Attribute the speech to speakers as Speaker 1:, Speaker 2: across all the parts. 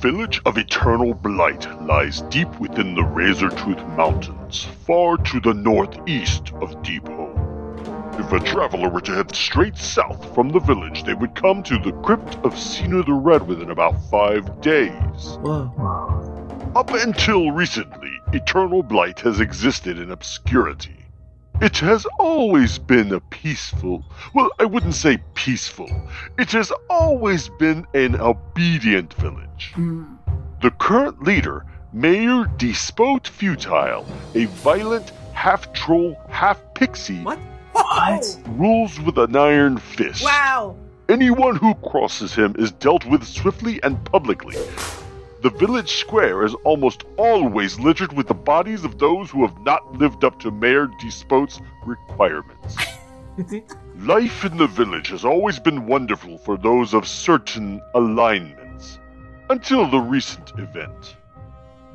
Speaker 1: village of Eternal Blight lies deep within the Razor Tooth Mountains, far to the northeast of Deephole. If a traveler were to head straight south from the village, they would come to the crypt of Cena the Red within about five days.
Speaker 2: Whoa.
Speaker 1: Up until recently, Eternal Blight has existed in obscurity. It has always been a peaceful, well, I wouldn't say peaceful, it has always been an obedient village.
Speaker 2: Hmm.
Speaker 1: The current leader, Mayor Despot Futile, a violent half troll, half pixie,
Speaker 2: What?
Speaker 3: What?
Speaker 1: rules with an iron fist.
Speaker 2: Wow.
Speaker 1: Anyone who crosses him is dealt with swiftly and publicly. The village square is almost always littered with the bodies of those who have not lived up to Mayor Despot's requirements. Life in the village has always been wonderful for those of certain alignments, until the recent event.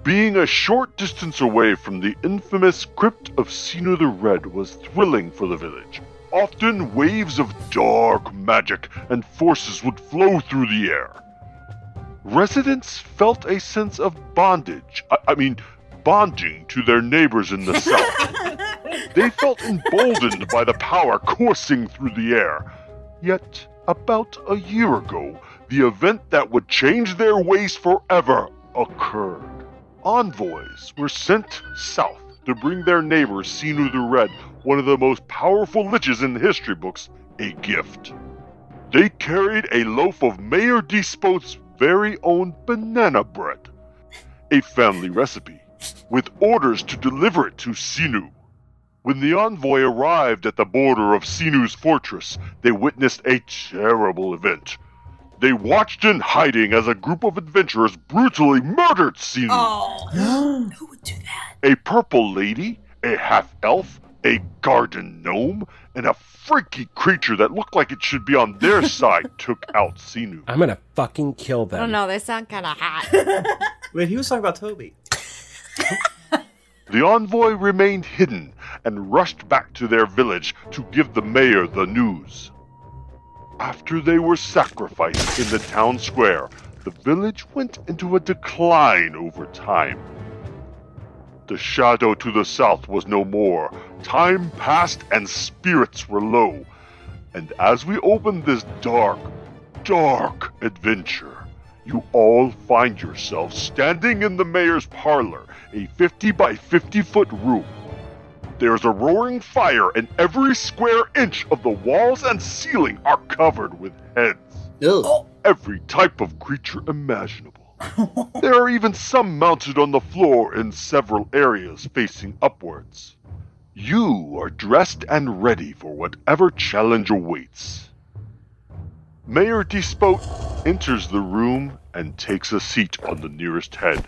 Speaker 1: Being a short distance away from the infamous Crypt of Cena the Red was thrilling for the village. Often waves of dark magic and forces would flow through the air. Residents felt a sense of bondage, I, I mean, bonding to their neighbors in the south. They felt emboldened by the power coursing through the air. Yet, about a year ago, the event that would change their ways forever occurred. Envoys were sent south to bring their neighbor, Sinu the Red, one of the most powerful liches in the history books, a gift. They carried a loaf of Mayor Despot's very own banana bread, a family recipe, with orders to deliver it to Sinu. When the envoy arrived at the border of Sinu's fortress, they witnessed a terrible event. They watched in hiding as a group of adventurers brutally murdered Sinu.
Speaker 3: Oh,
Speaker 2: Whoa.
Speaker 3: who would do that?
Speaker 1: A purple lady, a half elf, a garden gnome, and a freaky creature that looked like it should be on their side took out Sinu.
Speaker 4: I'm gonna fucking kill
Speaker 5: I
Speaker 4: them.
Speaker 5: don't know. They sound kind of hot.
Speaker 2: Wait, he was talking about Toby.
Speaker 1: The envoy remained hidden and rushed back to their village to give the mayor the news. After they were sacrificed in the town square, the village went into a decline over time. The shadow to the south was no more. Time passed and spirits were low. And as we open this dark, dark adventure, you all find yourselves standing in the mayor's parlor, a 50 by 50 foot room. There's a roaring fire, and every square inch of the walls and ceiling are covered with heads
Speaker 2: Oh.
Speaker 1: every type of creature imaginable. there are even some mounted on the floor in several areas facing upwards. You are dressed and ready for whatever challenge awaits. Mayor Despot enters the room and takes a seat on the nearest head.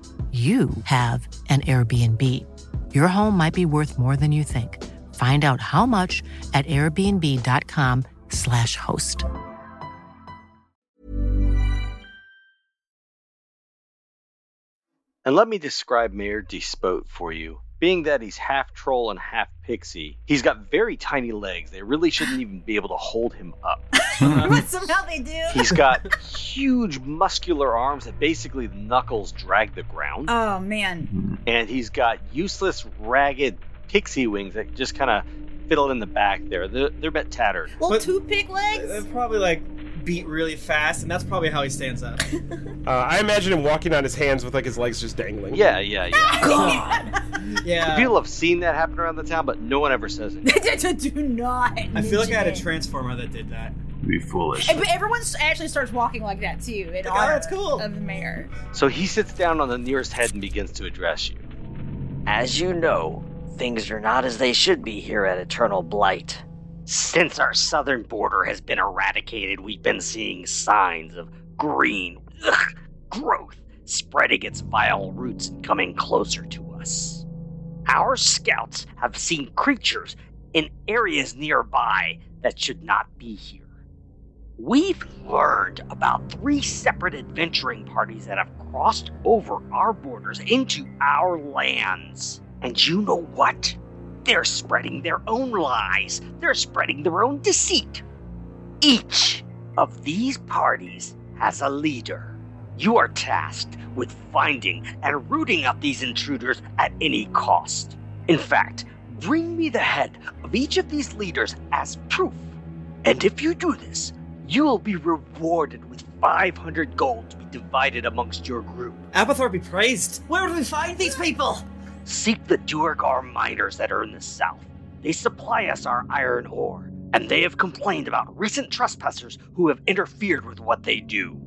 Speaker 3: you have an Airbnb. Your home might be worth more than you think. Find out how much at airbnb.com/slash host.
Speaker 4: And let me describe Mayor Despote for you. Being that he's half troll and half pixie, he's got very tiny legs. They really shouldn't even be able to hold him up.
Speaker 6: but somehow they do.
Speaker 4: He's got huge muscular arms that basically the knuckles drag the ground.
Speaker 6: Oh man.
Speaker 4: And he's got useless, ragged pixie wings that just kind of fiddle in the back there. They're, they're a bit tattered.
Speaker 6: Well,
Speaker 2: But-
Speaker 6: two pig
Speaker 2: They're
Speaker 6: legs.
Speaker 2: probably like beat really fast, and that's probably how he stands up.
Speaker 7: Uh, I imagine him walking on his hands with like his legs just dangling.
Speaker 4: Yeah, yeah, yeah.
Speaker 2: Yeah.
Speaker 4: People have seen that happen around the town, but no one ever says it.
Speaker 6: do not.
Speaker 2: I feel like I had a
Speaker 6: mention
Speaker 2: transformer that did that.
Speaker 4: Be foolish.
Speaker 6: it. But everyone s- actually starts walking like that too. In
Speaker 2: Like, oh,
Speaker 6: honor
Speaker 2: that's cool.
Speaker 6: Of the mayor.
Speaker 4: So he sits down on the nearest head and begins to address you.
Speaker 8: As you know, things are not as they should be here at Eternal Blight. Since our southern border has been eradicated, we've been seeing signs of green ugh, growth spreading its vile roots and coming closer to us. Our scouts have seen creatures in areas nearby that should not be here. We've learned about three separate adventuring parties that have crossed over our borders into our lands. And you know what? They're spreading their own lies, they're spreading their own deceit. Each of these parties has a leader. You are tasked with finding and rooting out these intruders at any cost. In fact, bring me the head of each of these leaders as proof. And if you do this, you will be rewarded with 500 gold to be divided amongst your group.
Speaker 2: Abathor be praised.
Speaker 6: Where do we find these people?
Speaker 8: Seek the Duergar miners that are in the south. They supply us our iron ore, and they have complained about recent trespassers who have interfered with what they do.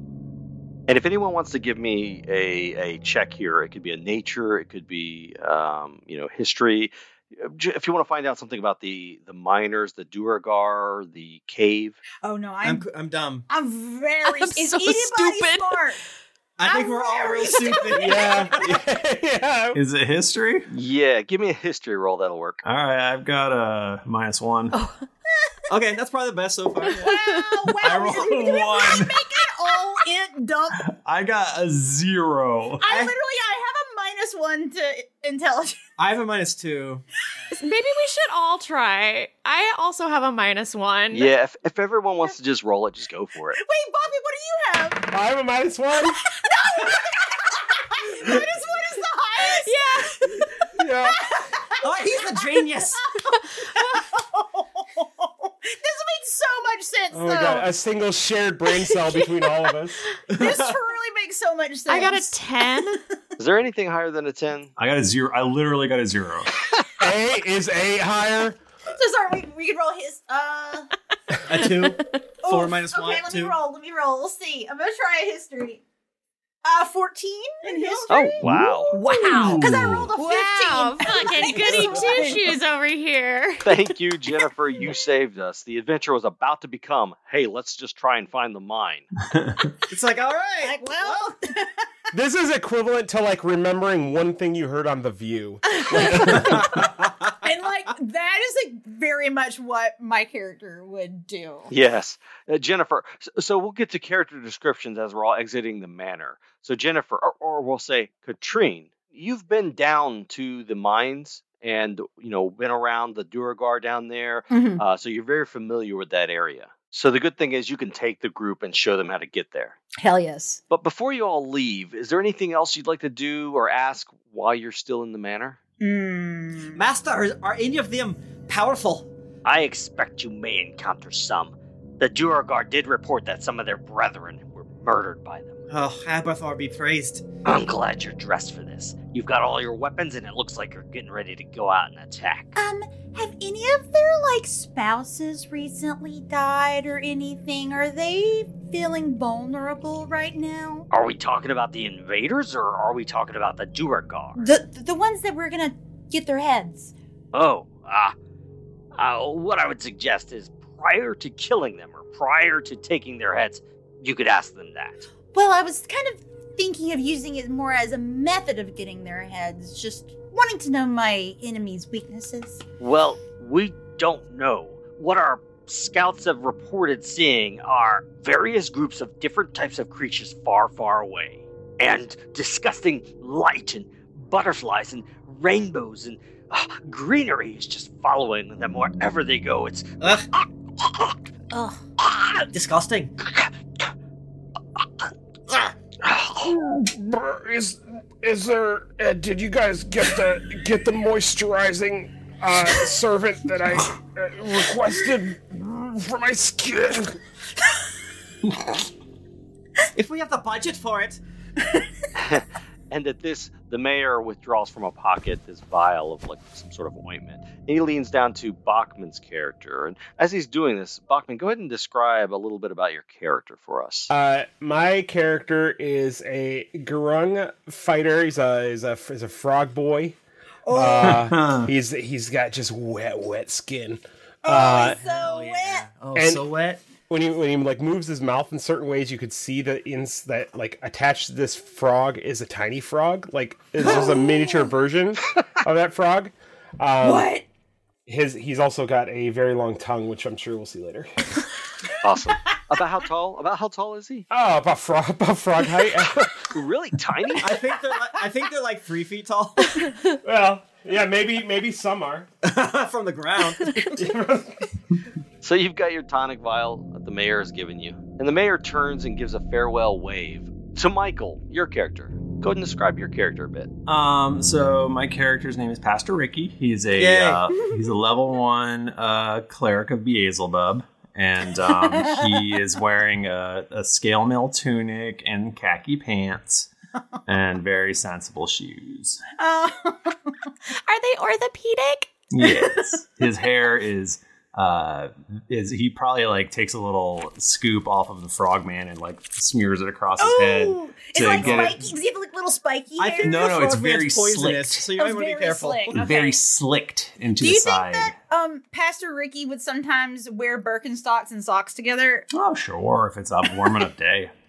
Speaker 4: And if anyone wants to give me a, a check here, it could be a nature, it could be um, you know history. J- If you want to find out something about the the miners, the Duragar, the cave,
Speaker 6: Oh no, I'm.
Speaker 2: I'm I'm dumb.
Speaker 6: I'm very.
Speaker 2: I'm
Speaker 6: is
Speaker 2: so
Speaker 6: anybody
Speaker 2: stupid.
Speaker 6: smart?
Speaker 2: I think
Speaker 6: I'm
Speaker 2: we're all
Speaker 6: very
Speaker 2: real stupid.
Speaker 9: Is it history?
Speaker 4: Yeah, give me a history roll. That'll work.
Speaker 9: All right, I've got a minus one.
Speaker 2: Okay, that's probably the best so far.
Speaker 6: Oh,
Speaker 9: I rolled a one.
Speaker 6: all in dump.
Speaker 9: I got a zero.
Speaker 6: I literally, I have a minus one to intelligence.
Speaker 2: I have a minus two.
Speaker 5: Maybe we should all try. I also have a minus one.
Speaker 4: yeah, if, if everyone wants to just roll it, just go for it.
Speaker 6: Wait, Bobby, what do you have?
Speaker 7: I have a minus one.
Speaker 6: minus one is the highest.
Speaker 5: Yeah.
Speaker 7: yeah.
Speaker 2: Oh, he's a genius.
Speaker 6: this makes so much sense,
Speaker 7: Oh my
Speaker 6: though.
Speaker 7: god, a single shared brain cell between all of us.
Speaker 6: this really makes so much sense.
Speaker 5: I got a 10.
Speaker 4: Is there anything higher than a ten?
Speaker 9: I got a zero. I literally got a zero.
Speaker 7: A is eight higher.
Speaker 6: So sorry, we, we can roll his. Uh,
Speaker 2: A two. Four
Speaker 6: oof.
Speaker 2: minus
Speaker 6: okay,
Speaker 2: one.
Speaker 6: let
Speaker 2: two.
Speaker 6: me roll. Let me roll. We'll see. I'm gonna try a history. Uh, fourteen in history.
Speaker 4: Oh wow!
Speaker 6: Wow. Because I rolled a fifteen.
Speaker 5: Wow, fucking goody two shoes over here.
Speaker 4: Thank you, Jennifer. You saved us. The adventure was about to become. Hey, let's just try and find the mine.
Speaker 2: It's like, all right.
Speaker 6: Like, well,
Speaker 7: This is equivalent to like remembering one thing you heard on The View.
Speaker 6: and like that is like very much what my character would do.
Speaker 4: Yes, uh, Jennifer. So, so we'll get to character descriptions as we're all exiting the manor. So Jennifer, or, or we'll say Katrine, you've been down to the mines and you know been around the Duragar down there,
Speaker 6: Mhm.
Speaker 4: uh, so you're very familiar with that area. So the good thing is you can take the group and show them how to get there.
Speaker 6: Hell yes.
Speaker 4: But before you all leave, is there anything else you'd like to do or ask while you're still in the manor?
Speaker 6: Hmm.
Speaker 2: Master, are, are any of them powerful?
Speaker 8: I expect you may encounter some. The Duergar did report that some of their brethren were murdered by them.
Speaker 2: Oh, Abathar be praised.
Speaker 8: I'm glad you're dressed for this. You've got all your weapons, and it looks like you're getting ready to go out and attack.
Speaker 10: Um, Have any of their like spouses recently died or anything? Are they feeling vulnerable right now?
Speaker 8: Are we talking about the invaders, or are we talking about the Duergar?
Speaker 10: The the ones that we're gonna get their heads.
Speaker 8: Oh, ah. Uh, what I would suggest is prior to killing them, or prior to taking their heads, you could ask them that.
Speaker 10: Well, I was kind of thinking of using it more as a method of getting their heads, just wanting to know my enemy's weaknesses.
Speaker 8: Well, we don't know. What our scouts have reported seeing are various groups of different types of creatures far, far away, and disgusting light and butterflies and rainbows and uh, greenery is just following them wherever they go. It's ah!
Speaker 2: Ugh.
Speaker 10: Ugh.
Speaker 2: Disgusting.
Speaker 7: Is is there? Uh, did you guys get the get the moisturizing uh, servant that I uh, requested for my skin?
Speaker 2: If we have the budget for it.
Speaker 4: And at this, the mayor withdraws from a pocket this vial of like some sort of ointment. And he leans down to Bachman's character. And as he's doing this, Bachman, go ahead and describe a little bit about your character for us.
Speaker 7: Uh, my character is a Gurung fighter. He's a he's a he's a frog boy.
Speaker 6: Oh.
Speaker 7: Uh, he's he's got just wet wet skin. Oh,
Speaker 6: so wet.
Speaker 7: Oh, so wet. When he when he like moves his mouth in certain ways, you could see the ins that like attached to this frog is a tiny frog. Like this is a miniature version of that frog. Um,
Speaker 6: What?
Speaker 7: His he's also got a very long tongue, which I'm sure we'll see later.
Speaker 4: Awesome. about how tall? About how tall is he?
Speaker 7: Oh, about frog about frog height.
Speaker 4: really tiny.
Speaker 2: I think they're like, I think they're like three feet tall.
Speaker 7: well, yeah, maybe maybe some are
Speaker 2: from the ground.
Speaker 4: So you've got your tonic vial that the mayor has given you. And the mayor turns and gives a farewell wave to Michael, your character. Go ahead and describe your character a bit.
Speaker 9: Um, so my character's name is Pastor Ricky. He's
Speaker 4: Yay.
Speaker 9: a uh, he's a level one uh, cleric of Beelzebub, and um, he is wearing a, a scale mail tunic and khaki pants and very sensible shoes.
Speaker 10: Uh,
Speaker 5: Oh. Are they orthopedic?
Speaker 9: Yes, his hair is uh is he probably like takes a little scoop off of the frogman and like smears it across
Speaker 6: Oh,
Speaker 9: his head to
Speaker 10: It's like
Speaker 9: get
Speaker 10: spiky.
Speaker 9: it
Speaker 10: Does he have like little spiky hair?
Speaker 9: no, no, it's very slick.
Speaker 2: so you Oh, might wanna be very careful. slick. Okay.
Speaker 9: Very slicked into
Speaker 6: Do
Speaker 9: the
Speaker 6: you think
Speaker 9: side.
Speaker 6: that um, Pastor Ricky would sometimes wear Birkenstocks and socks together?
Speaker 9: Oh, sure, if it's a warm enough day.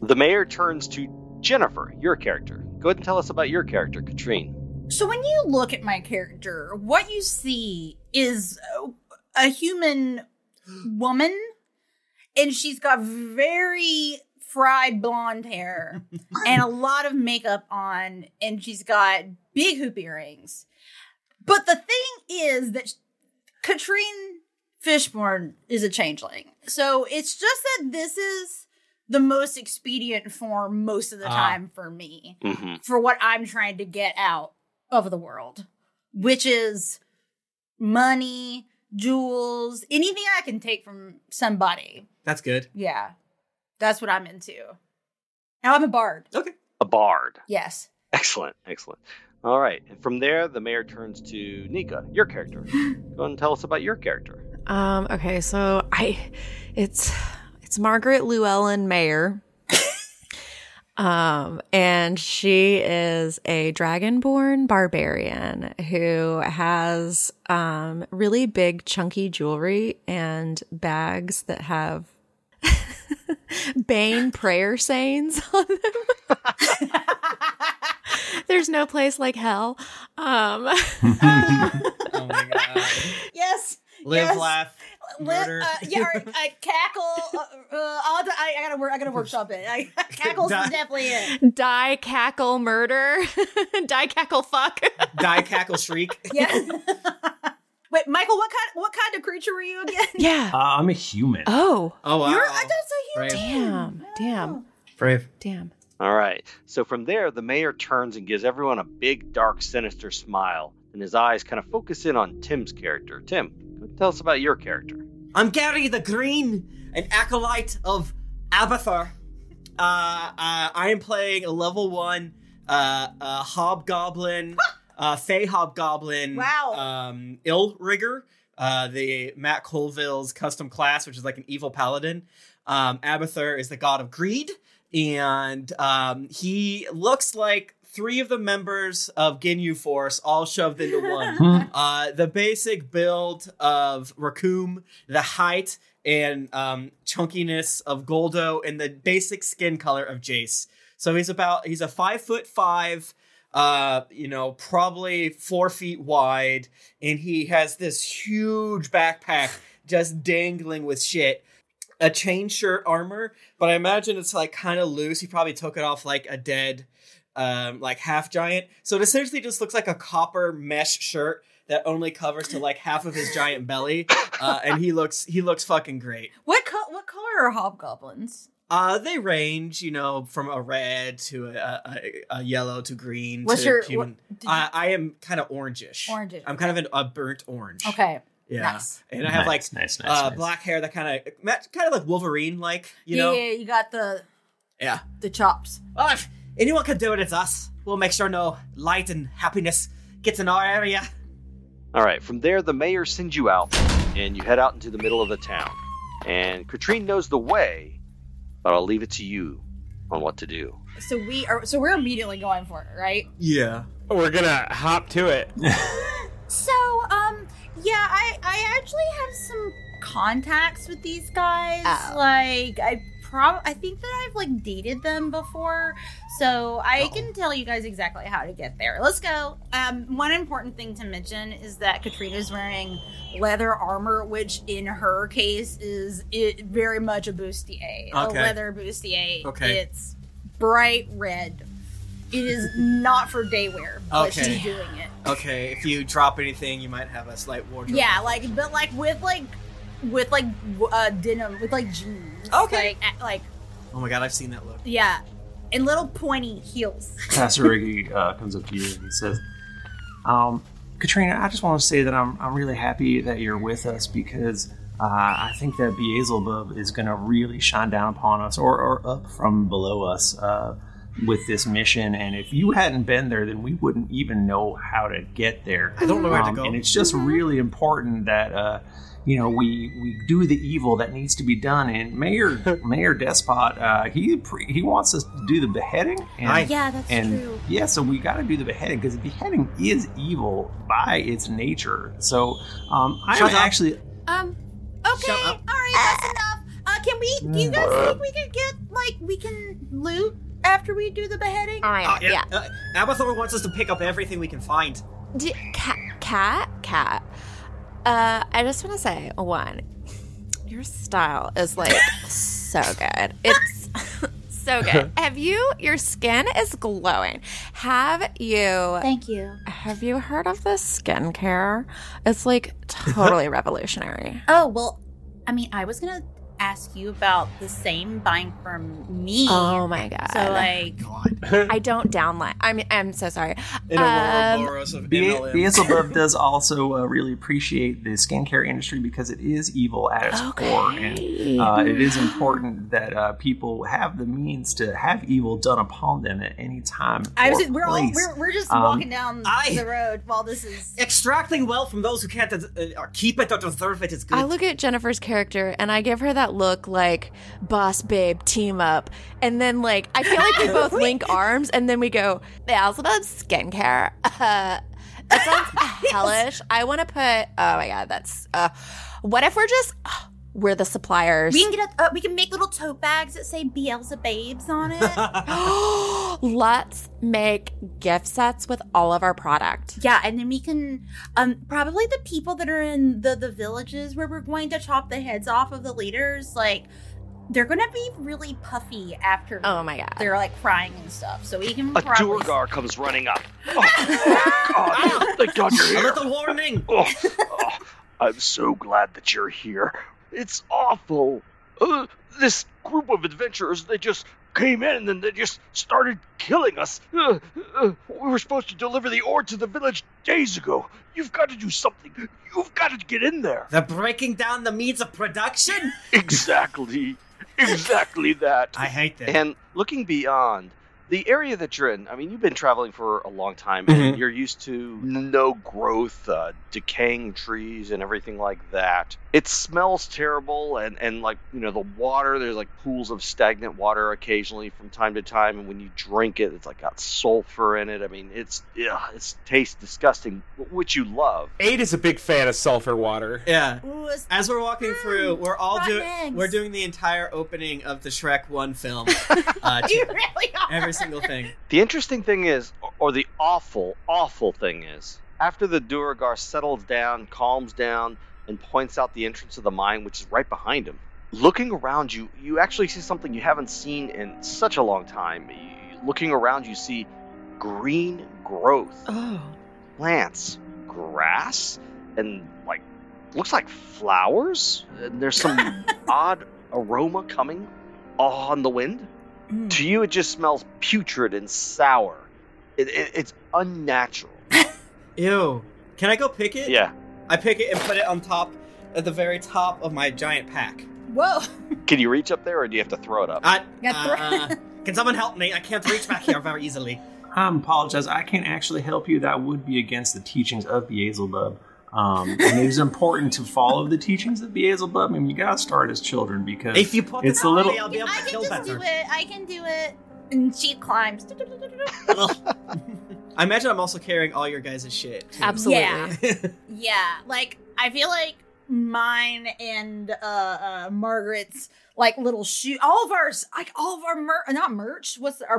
Speaker 4: The mayor turns to Jennifer, your character. Go ahead and tell us about your character, Katrine.
Speaker 6: So when you look at my character, what you see is a- a human woman, and she's got very fried blonde hair and a lot of makeup on, and she's got big hoop earrings. But the thing is that Katrine Fishborn is a changeling. So it's just that this is the most expedient form most of the
Speaker 5: Ah.
Speaker 6: time for me
Speaker 2: Mm.
Speaker 5: Mhm.
Speaker 4: Mm-hmm.
Speaker 6: for what I'm trying to get out of the world, which is money, jewels, anything I can take from somebody.
Speaker 2: That's good.
Speaker 6: Yeah. That's what I'm into. Now I'm a bard.
Speaker 2: Okay.
Speaker 4: A bard.
Speaker 6: Yes.
Speaker 4: Excellent, excellent. All right. And from there, the mayor turns to Nika, your character. Go ahead and tell us about your character.
Speaker 5: Um, okay, so I it's it's Margaret Llewellyn Mayer. um, and she is a dragonborn barbarian who has um really big chunky jewelry and bags that have Bane prayer sayings on them. There's no place like hell. Um
Speaker 6: Yes.
Speaker 2: Live,
Speaker 6: yes.
Speaker 2: laugh,
Speaker 6: Let-
Speaker 2: murder.
Speaker 6: uh, yeah, or, uh, cackle. Uh, uh, I'll, di- I, I gotta work. I gotta workshop it. I, cackles
Speaker 2: Die.
Speaker 6: is definitely it.
Speaker 5: Die cackle murder. Die cackle fuck.
Speaker 2: Die, cackle, shriek.
Speaker 6: Yes. Wait, Michael, what kind? What kind of creature were you again?
Speaker 5: Yeah.
Speaker 9: Uh, I'm a human.
Speaker 5: Oh.
Speaker 2: Oh, wow.
Speaker 6: You're I don't
Speaker 2: Brave.
Speaker 6: say human.
Speaker 5: Damn. Damn.
Speaker 2: Brave.
Speaker 5: Damn.
Speaker 4: All right. So from there, the mayor turns and gives everyone a big, dark, sinister smile. And his eyes kind of focus in on Tim's character. Tim, go ahead and tell us about your character.
Speaker 2: I'm Gary the Green, an acolyte of Abathar. Uh, uh, I am playing a level one uh, uh, hobgoblin, uh, fey hobgoblin.
Speaker 6: Wow.
Speaker 2: Um, ill rigger, uh, the Matt Colville's custom class, which is like an evil paladin. Um, Abathur is the god of greed, and um, he looks like three of the members of Ginyu Force all shoved into one. uh, the basic build of Raccoon, the height and um, chunkiness of Goldo, and the basic skin color of Jace. So he's about he's a five foot five, uh, you know, probably four feet wide, and he has this huge backpack just dangling with shit a chain shirt armor, but I imagine it's like kind of loose. He probably took it off like a dead, um, like half giant. So it essentially just looks like a copper mesh shirt that only covers to like half of his giant belly, uh, and he looks he looks fucking great.
Speaker 6: What co- what color are hobgoblins?
Speaker 2: Uh, they range, you know, from a red to a, a, a yellow to green.
Speaker 6: What's
Speaker 2: to
Speaker 6: your-
Speaker 2: human.
Speaker 6: what- did you-
Speaker 2: I, I am kind of orangish.
Speaker 6: Orangish,
Speaker 2: I'm kind of an, a burnt orange.
Speaker 6: Okay.
Speaker 2: Yeah,
Speaker 6: Oh, Nice.
Speaker 2: and I have
Speaker 9: Nice,
Speaker 2: like
Speaker 9: nice, nice,
Speaker 2: uh,
Speaker 9: nice.
Speaker 2: black hair that kind of kind of like Wolverine, like you
Speaker 6: yeah,
Speaker 2: know.
Speaker 6: yeah, you got the
Speaker 2: Yeah.
Speaker 6: the chops.
Speaker 2: Well, if anyone can do it, it's us. We'll make sure no light and happiness gets in our area.
Speaker 4: All right, from there, the mayor sends you out, and you head out into the middle of the town. And Katrine knows the way, but I'll leave it to you on what to do.
Speaker 6: So we are so we're immediately going for it, right?
Speaker 2: Yeah.
Speaker 7: We're gonna hop to it.
Speaker 6: So, um, yeah, I I actually have some contacts with these guys.
Speaker 10: Oh.
Speaker 6: Like, I prob I think that I've like dated them before, so I can tell you guys exactly how to get there. Let's go. Um, one important thing to mention is that Katrina's wearing leather armor, which in her case is it very much a bustier, a
Speaker 10: Okay.
Speaker 6: leather bustier.
Speaker 10: Okay.
Speaker 6: it's bright red. It is not for day wear, but
Speaker 2: Okay.
Speaker 6: she's doing it.
Speaker 2: Okay, if you drop anything, you might have a slight wardrobe.
Speaker 6: Yeah, like but like with like with like w- uh denim with like jeans. Okay. Like, at- like
Speaker 2: Oh my god, I've seen that look.
Speaker 6: yeah, and little pointy heels.
Speaker 9: Kasarigi uh, comes up to you and says, um, Katrina, I just want to say that I'm, I'm really happy that you're with us because uh, I think that Beelzebub is going to really shine down upon us or, or up from below us uh, with this mission. And if you hadn't been there, then we wouldn't even know how to get there. Um,
Speaker 2: I don't know where to go.
Speaker 9: And it's just really important that. Uh, you know, we, we do the evil that needs to be done, and Mayor Mayor Despot, uh, he pre- he wants us to do the beheading. And,
Speaker 10: Aye. Yeah, that's
Speaker 9: and
Speaker 10: true.
Speaker 9: yeah, so we got to do the beheading because beheading is evil by its nature. So um, I am
Speaker 10: Shut up.
Speaker 9: actually
Speaker 6: Um. Okay. All right. That's enough. Uh, can we? Do you guys think we could get like we can loot after we do the beheading? All
Speaker 2: Uh, Uh, Abathor wants us to pick up everything we can find.
Speaker 5: D- cat, cat, cat. Uh, I just want to say one. Your style is like so good. It's so good. Have you? Your skin is glowing. Have you?
Speaker 10: Thank you.
Speaker 5: Have you heard of this skincare? It's like totally revolutionary.
Speaker 6: Oh well, I mean, I was gonna ask you about the same buying from me.
Speaker 5: Oh my god!
Speaker 6: So like,
Speaker 5: I don't downline. I'm I'm so sorry. Um,
Speaker 9: Be- Beelzebub does also uh, really appreciate the skincare industry because it is evil at its core, and uh, it is important that uh, people have the means to have evil done upon them at any time.
Speaker 6: I
Speaker 9: or
Speaker 6: was. We're all.
Speaker 9: place.
Speaker 6: We're, we're just
Speaker 9: Um,
Speaker 6: walking down
Speaker 2: I-
Speaker 6: the road while this is.
Speaker 2: Extracting wealth from those who can't uh, or keep it or deserve it is good.
Speaker 5: I look at Jennifer's character and I give her that look like boss babe team up. And then like I feel like we both link arms and then we go, Beelzebub skincare. Uh, that sounds hellish. I want to put oh my god, that's uh what if we're just we're the suppliers.
Speaker 6: We can get. A, uh, we can make little tote bags that say Beelzebabes on it.
Speaker 5: Let's make gift sets with all of our product.
Speaker 6: yeah, and then we can. Um, probably the people that are in the the villages where we're going to chop the heads off of the leaders, like. They're gonna be really puffy after.
Speaker 5: Oh my god!
Speaker 6: They're like crying and stuff, so we can
Speaker 8: A
Speaker 6: probably.
Speaker 8: Durgar comes running up. Oh, oh, thank God you're
Speaker 2: A
Speaker 8: here.
Speaker 2: little warning.
Speaker 8: Oh, oh, I'm so glad that you're here. It's awful. Uh, this group of adventurers, they just came in and then they just started killing us. Uh, uh, we were supposed to deliver the ore to the village days ago. You've got to do something. You've got to get in there.
Speaker 2: They're breaking down the means of production.
Speaker 8: Exactly.
Speaker 4: exactly that.
Speaker 2: I hate that.
Speaker 4: And looking beyond the area that you're in, I mean, you've been traveling for a long time, and
Speaker 2: Mm-hmm.
Speaker 4: you're used to no growth, uh, decaying trees, and everything like that. It smells terrible, and and like you know the water. There's like pools of stagnant water occasionally from time to time, and when you drink it, it's like got sulfur in it. I mean, it's yeah, it's tastes disgusting, which you love.
Speaker 7: Eight is a big fan of sulfur water.
Speaker 2: Yeah. As we're walking through, we're all doing we're doing the entire opening of the Shrek One film. Uh, to- Every single thing.
Speaker 4: The interesting thing is, or the awful, awful thing is, after the Duragar settles down, calms down, and points out the entrance of the mine, which is right behind him, looking around you, you actually see something you haven't seen in such a long time. You- Looking around, you see green growth. Plants, grass, and like, looks like flowers. And there's some odd aroma coming on the wind. To you, it just smells putrid and sour. It, it, it's unnatural.
Speaker 2: Ew. Can I go pick it?
Speaker 4: Yeah.
Speaker 2: I pick it and put it on top, at the very top of my giant pack.
Speaker 6: Whoa.
Speaker 4: Can you reach up there, or do you have to throw it up?
Speaker 2: I, uh, can someone help me? I can't reach back here very easily.
Speaker 9: I apologize. I can't actually help you. That would be against the teachings of Beelzebub. Um, and it is important to follow the teachings of Beelzebub. I mean, you gotta start as children because
Speaker 2: If you put
Speaker 9: it's
Speaker 2: it
Speaker 9: the
Speaker 2: on
Speaker 9: little.
Speaker 2: me, I'll be able
Speaker 6: I
Speaker 2: to
Speaker 6: can
Speaker 2: kill
Speaker 6: just do
Speaker 2: better.
Speaker 6: it. I can do it. And she climbs.
Speaker 2: I imagine I'm also carrying all your guys' shit. too.
Speaker 6: Absolutely. Um, Yeah. Yeah, like I feel like mine and uh, uh Margaret's like little shoe, all of ours, like all of our mer- not merch, what's our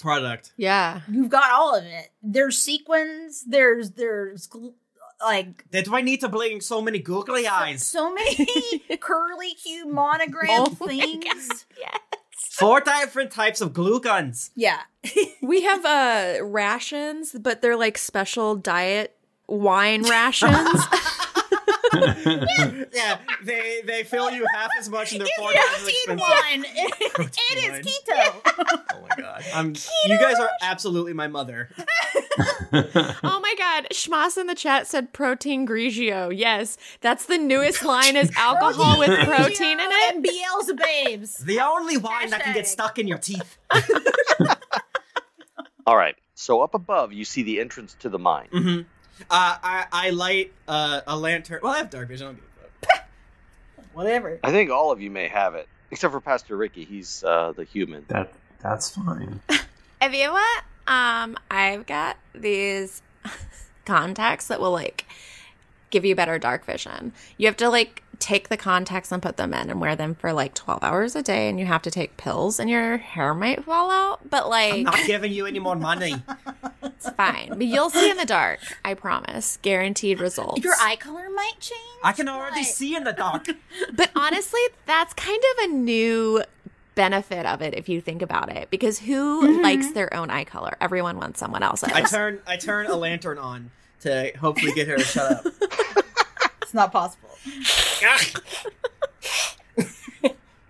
Speaker 2: Product.
Speaker 5: Yeah,
Speaker 6: you've got all of it. There's sequins. There's there's gl- like
Speaker 2: Then do I need to bring so many googly eyes?
Speaker 6: so many curly Q monogram
Speaker 2: Oh
Speaker 6: things.
Speaker 2: Four different types of glue guns.
Speaker 6: Yeah.
Speaker 5: we have uh rations, but they're like special diet wine rations.
Speaker 2: Yeah, they they fill you half as much and they're four
Speaker 6: Just
Speaker 2: times as
Speaker 6: eat
Speaker 2: expensive. Oh
Speaker 6: one. It- it is keto.
Speaker 2: I'm, you guys are absolutely my mother.
Speaker 5: oh my god, Schmas in the chat said protein grigio. Yes, that's the newest line is alcohol with protein in it.
Speaker 6: And Beelzebubs.
Speaker 2: The only wine that can get stuck in your teeth.
Speaker 4: All right. So up above, you see the entrance to the mine.
Speaker 2: Mm-hmm. Uh, I I light uh, a lantern. Well, I have dark vision. I don't give a fuck. Whatever.
Speaker 4: I think all of you may have it, except for Pastor Ricky. He's uh, the human.
Speaker 9: That that's fine.
Speaker 5: If you want, um, I've got these contacts that will like give you better dark vision. You have to like take the contacts and put them in and wear them for like 12 hours a day and you have to take pills and your hair might fall out, but
Speaker 2: I'm
Speaker 5: like
Speaker 2: not giving you any more money.
Speaker 5: it's fine. But you'll see in the dark, I promise. Guaranteed results.
Speaker 6: Your eye color might change.
Speaker 2: I can already see in the dark.
Speaker 5: But honestly, that's kind of a new benefit of it if you think about it because who
Speaker 6: Mm-hmm.
Speaker 5: likes their own eye color? Everyone wants someone else's.
Speaker 2: I turn I turn a lantern on to hopefully get her to shut up.
Speaker 6: It's not possible.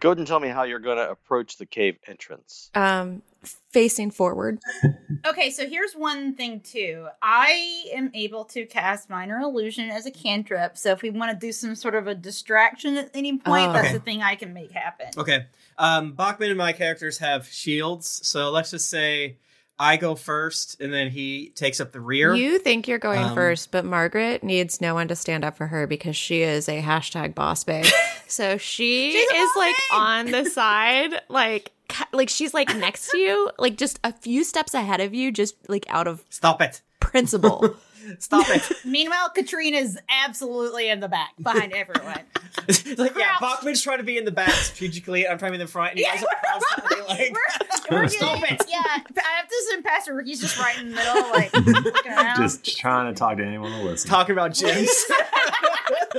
Speaker 4: Go ahead and tell me how you're going to approach the cave entrance.
Speaker 5: um facing forward.
Speaker 6: Okay, so here's one thing too. I am able to cast minor illusion as a cantrip. So if we want to do some sort of a distraction at any point,
Speaker 2: Oh.
Speaker 6: that's
Speaker 2: Okay.
Speaker 6: the thing I can make happen.
Speaker 2: Okay. Um, Bachman and my characters have shields, so let's just say I go first, and then he takes up the rear.
Speaker 5: You think you're going
Speaker 2: Um,
Speaker 5: first, but Margaret needs no one to stand up for her because she is a hashtag boss babe. so she is like on the side, like ca- like she's like next to you, like just a few steps ahead of you, just like out of
Speaker 2: Stop it.
Speaker 5: principle.
Speaker 2: Stop it.
Speaker 6: Meanwhile, Katrina's absolutely in the back behind everyone.
Speaker 2: It's like, yeah, Bachman's trying to be in the back strategically. I'm trying to be in the front, and you guys are constantly like,
Speaker 6: We're
Speaker 2: Stop
Speaker 6: getting-
Speaker 2: it.
Speaker 6: Yeah, I have to send Pastor Ricky's just right in the middle, like looking around.
Speaker 9: Just trying to talk to anyone who listens.
Speaker 2: talking about gyms.
Speaker 6: is,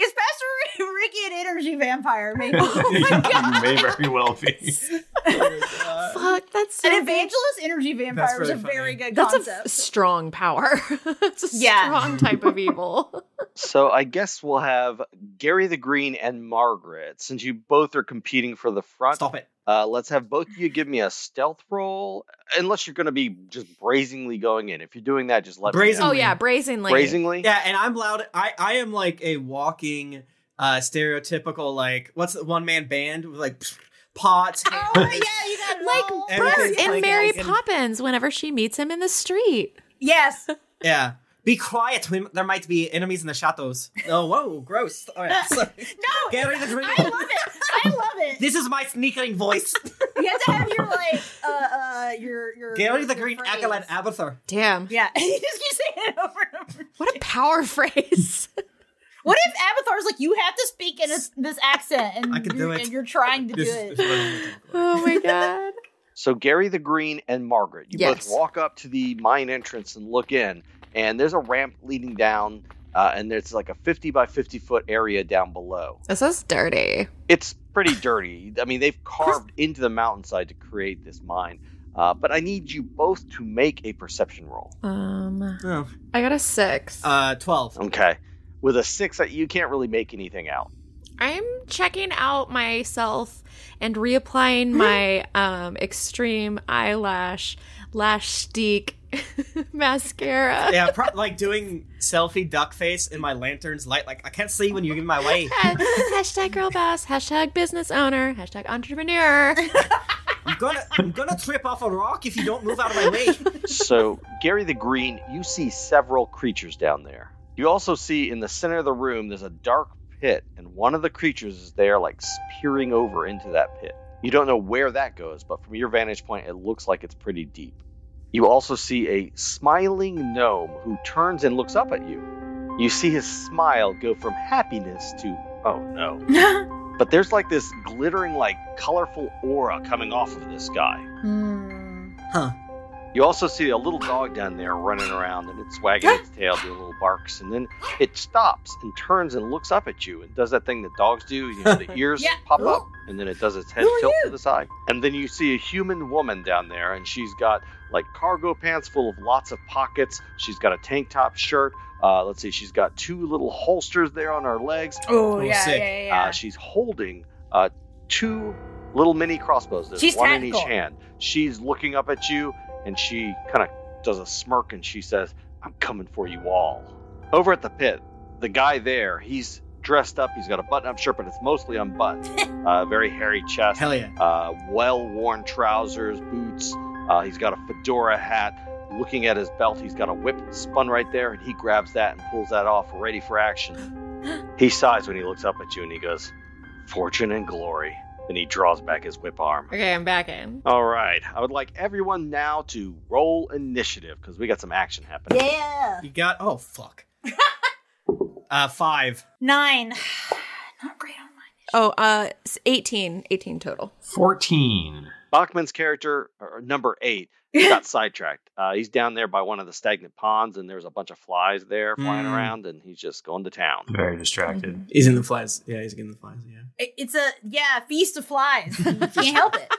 Speaker 6: is Pastor Ricky an energy vampire? Maybe Oh
Speaker 9: you may very well be.
Speaker 2: Uh,
Speaker 5: Fuck, that's so
Speaker 6: an evangelist energy vampire
Speaker 9: really
Speaker 6: is a very good
Speaker 5: That's a
Speaker 6: concept.
Speaker 5: f- strong power. it's a
Speaker 6: Yeah.
Speaker 5: strong type of evil.
Speaker 4: So I guess we'll have Gary the Green and Margaret, since you both are competing for the front.
Speaker 2: Stop it.
Speaker 4: Uh, let's have both of you give me a stealth roll, unless you're going to be just brazenly going in. If you're doing that, just let
Speaker 2: Brazenly.
Speaker 5: oh
Speaker 4: me
Speaker 5: yeah, brazenly.
Speaker 4: know. brazenly.
Speaker 2: Yeah, and I'm loud. I I am like a walking uh, stereotypical like what's the one man band with like pots.
Speaker 6: Oh yeah, you got like
Speaker 5: Bert
Speaker 2: Everything's
Speaker 5: in
Speaker 2: like-
Speaker 5: Mary
Speaker 2: like-
Speaker 5: Poppins whenever she meets him in the street.
Speaker 6: Yes.
Speaker 2: Yeah. Be quiet. We, there might be enemies in the shadows. Oh, whoa, gross. All right. So,
Speaker 6: no,
Speaker 2: Gary the Dream.
Speaker 6: I love it.
Speaker 2: This is my sneaking voice.
Speaker 6: You have to have your like uh uh your your
Speaker 2: Gary the
Speaker 6: your
Speaker 2: Green
Speaker 6: phrase.
Speaker 2: Acolyte Abathur.
Speaker 5: Damn.
Speaker 6: Yeah, you just keep saying it over and over.
Speaker 5: What a power phrase.
Speaker 6: What if Abathar's like you have to speak in this, this accent and
Speaker 4: I can
Speaker 6: you're,
Speaker 4: do it.
Speaker 6: and you're trying to do
Speaker 4: This-
Speaker 6: it. oh
Speaker 5: my god.
Speaker 4: So Gary the Green and Margaret, you
Speaker 6: Yes.
Speaker 4: both walk up to the mine entrance and look in, and there's a ramp leading down, uh, and there's like a 50 by 50 foot area down below.
Speaker 5: This is dirty.
Speaker 4: It's pretty dirty. I mean, they've carved into the mountainside to create this mine. Uh, but I need you both to make a perception roll.
Speaker 5: Um,
Speaker 2: oh.
Speaker 5: I got a six.
Speaker 2: Uh, 12.
Speaker 4: Okay. With a six, uh, you can't really make anything out.
Speaker 5: I'm checking out myself and reapplying my um extreme eyelash lash steak mascara.
Speaker 2: Yeah, pro- like doing selfie duck face in my lantern's light. Like, I can't see when you're in my way.
Speaker 5: hashtag girl boss, hashtag business owner, hashtag entrepreneur.
Speaker 2: I'm gonna, I'm gonna trip off a rock if you don't move out of my way.
Speaker 4: so, Gary the Green, you see several creatures down there. You also see in the center of the room there's a dark pit, and one of the creatures is there, like peering over into that pit. You don't know where that goes, but from your vantage point, it looks like it's pretty deep. You also see a smiling gnome who turns and looks up at you. You see his smile go from happiness to, oh no. but there's like this glittering, like colorful aura coming off of this guy.
Speaker 2: Huh.
Speaker 4: You also see a little dog down there running around and it's wagging its tail, doing little barks, and then it stops and turns and looks up at you and does that thing that dogs do. You know, the ears
Speaker 6: Yeah.
Speaker 4: pop up and then it does its head tilt to the side. And then you see a human woman down there and she's got like cargo pants full of lots of pockets. She's got a tank top shirt. Uh, let's see, she's got two little holsters there on her legs.
Speaker 6: Oh, Oh, yeah, sick. yeah, yeah, yeah.
Speaker 4: Uh, she's holding uh, two little mini crossbows. There's
Speaker 6: She's
Speaker 4: one in each
Speaker 6: tactical.
Speaker 4: hand. She's looking up at you, and she kind of does a smirk and she says, I'm coming for you all. Over at the pit, the guy there, he's dressed up. He's got a button up shirt, but it's mostly unbuttoned. uh, very hairy chest.
Speaker 2: Hell yeah.
Speaker 4: Uh, well worn trousers, boots. Uh, he's got a fedora hat. Looking at his belt, he's got a whip spun right there, and he grabs that and pulls that off, ready for action. he sighs when he looks up at you and he goes, Fortune and glory. Then he draws back his whip arm.
Speaker 5: okay, I'm back in.
Speaker 4: All right. I would like everyone now to roll initiative because we got some action happening.
Speaker 6: Yeah.
Speaker 2: You got, oh, fuck. Uh, five.
Speaker 6: Nine.
Speaker 5: Oh, uh s- 18, 18 total.
Speaker 9: 14.
Speaker 4: Bachman's character, or number eight, got sidetracked. Uh, he's down there by one of the stagnant ponds, and there's a bunch of flies there flying
Speaker 2: Mm.
Speaker 4: around, and he's just going to town.
Speaker 9: Very distracted.
Speaker 2: He's in the flies. Yeah, he's in the flies. Yeah.
Speaker 6: It- It's a yeah, feast of flies. You can't help it.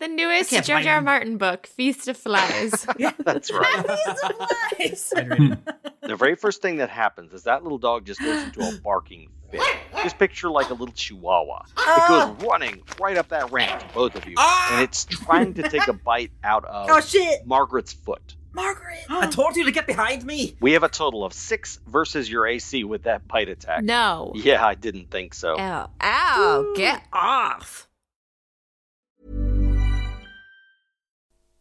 Speaker 5: The newest
Speaker 6: I can't
Speaker 5: George
Speaker 6: find
Speaker 5: R. R. Martin book, Feast of Flies.
Speaker 4: That's right.
Speaker 6: Flies.
Speaker 4: the very first thing that happens is that little dog just goes into a barking fit. Just picture like a little chihuahua. It
Speaker 2: Uh.
Speaker 4: goes running right up that ramp to both of you, and it's trying to take a bite out of
Speaker 2: Ah. Oh, shit.
Speaker 4: Margaret's foot.
Speaker 6: Margaret!
Speaker 2: I told you to get behind me!
Speaker 4: We have a total of six versus your AC with that bite attack.
Speaker 5: No.
Speaker 4: Yeah, I didn't think so.
Speaker 5: Ow. Ow. Get off.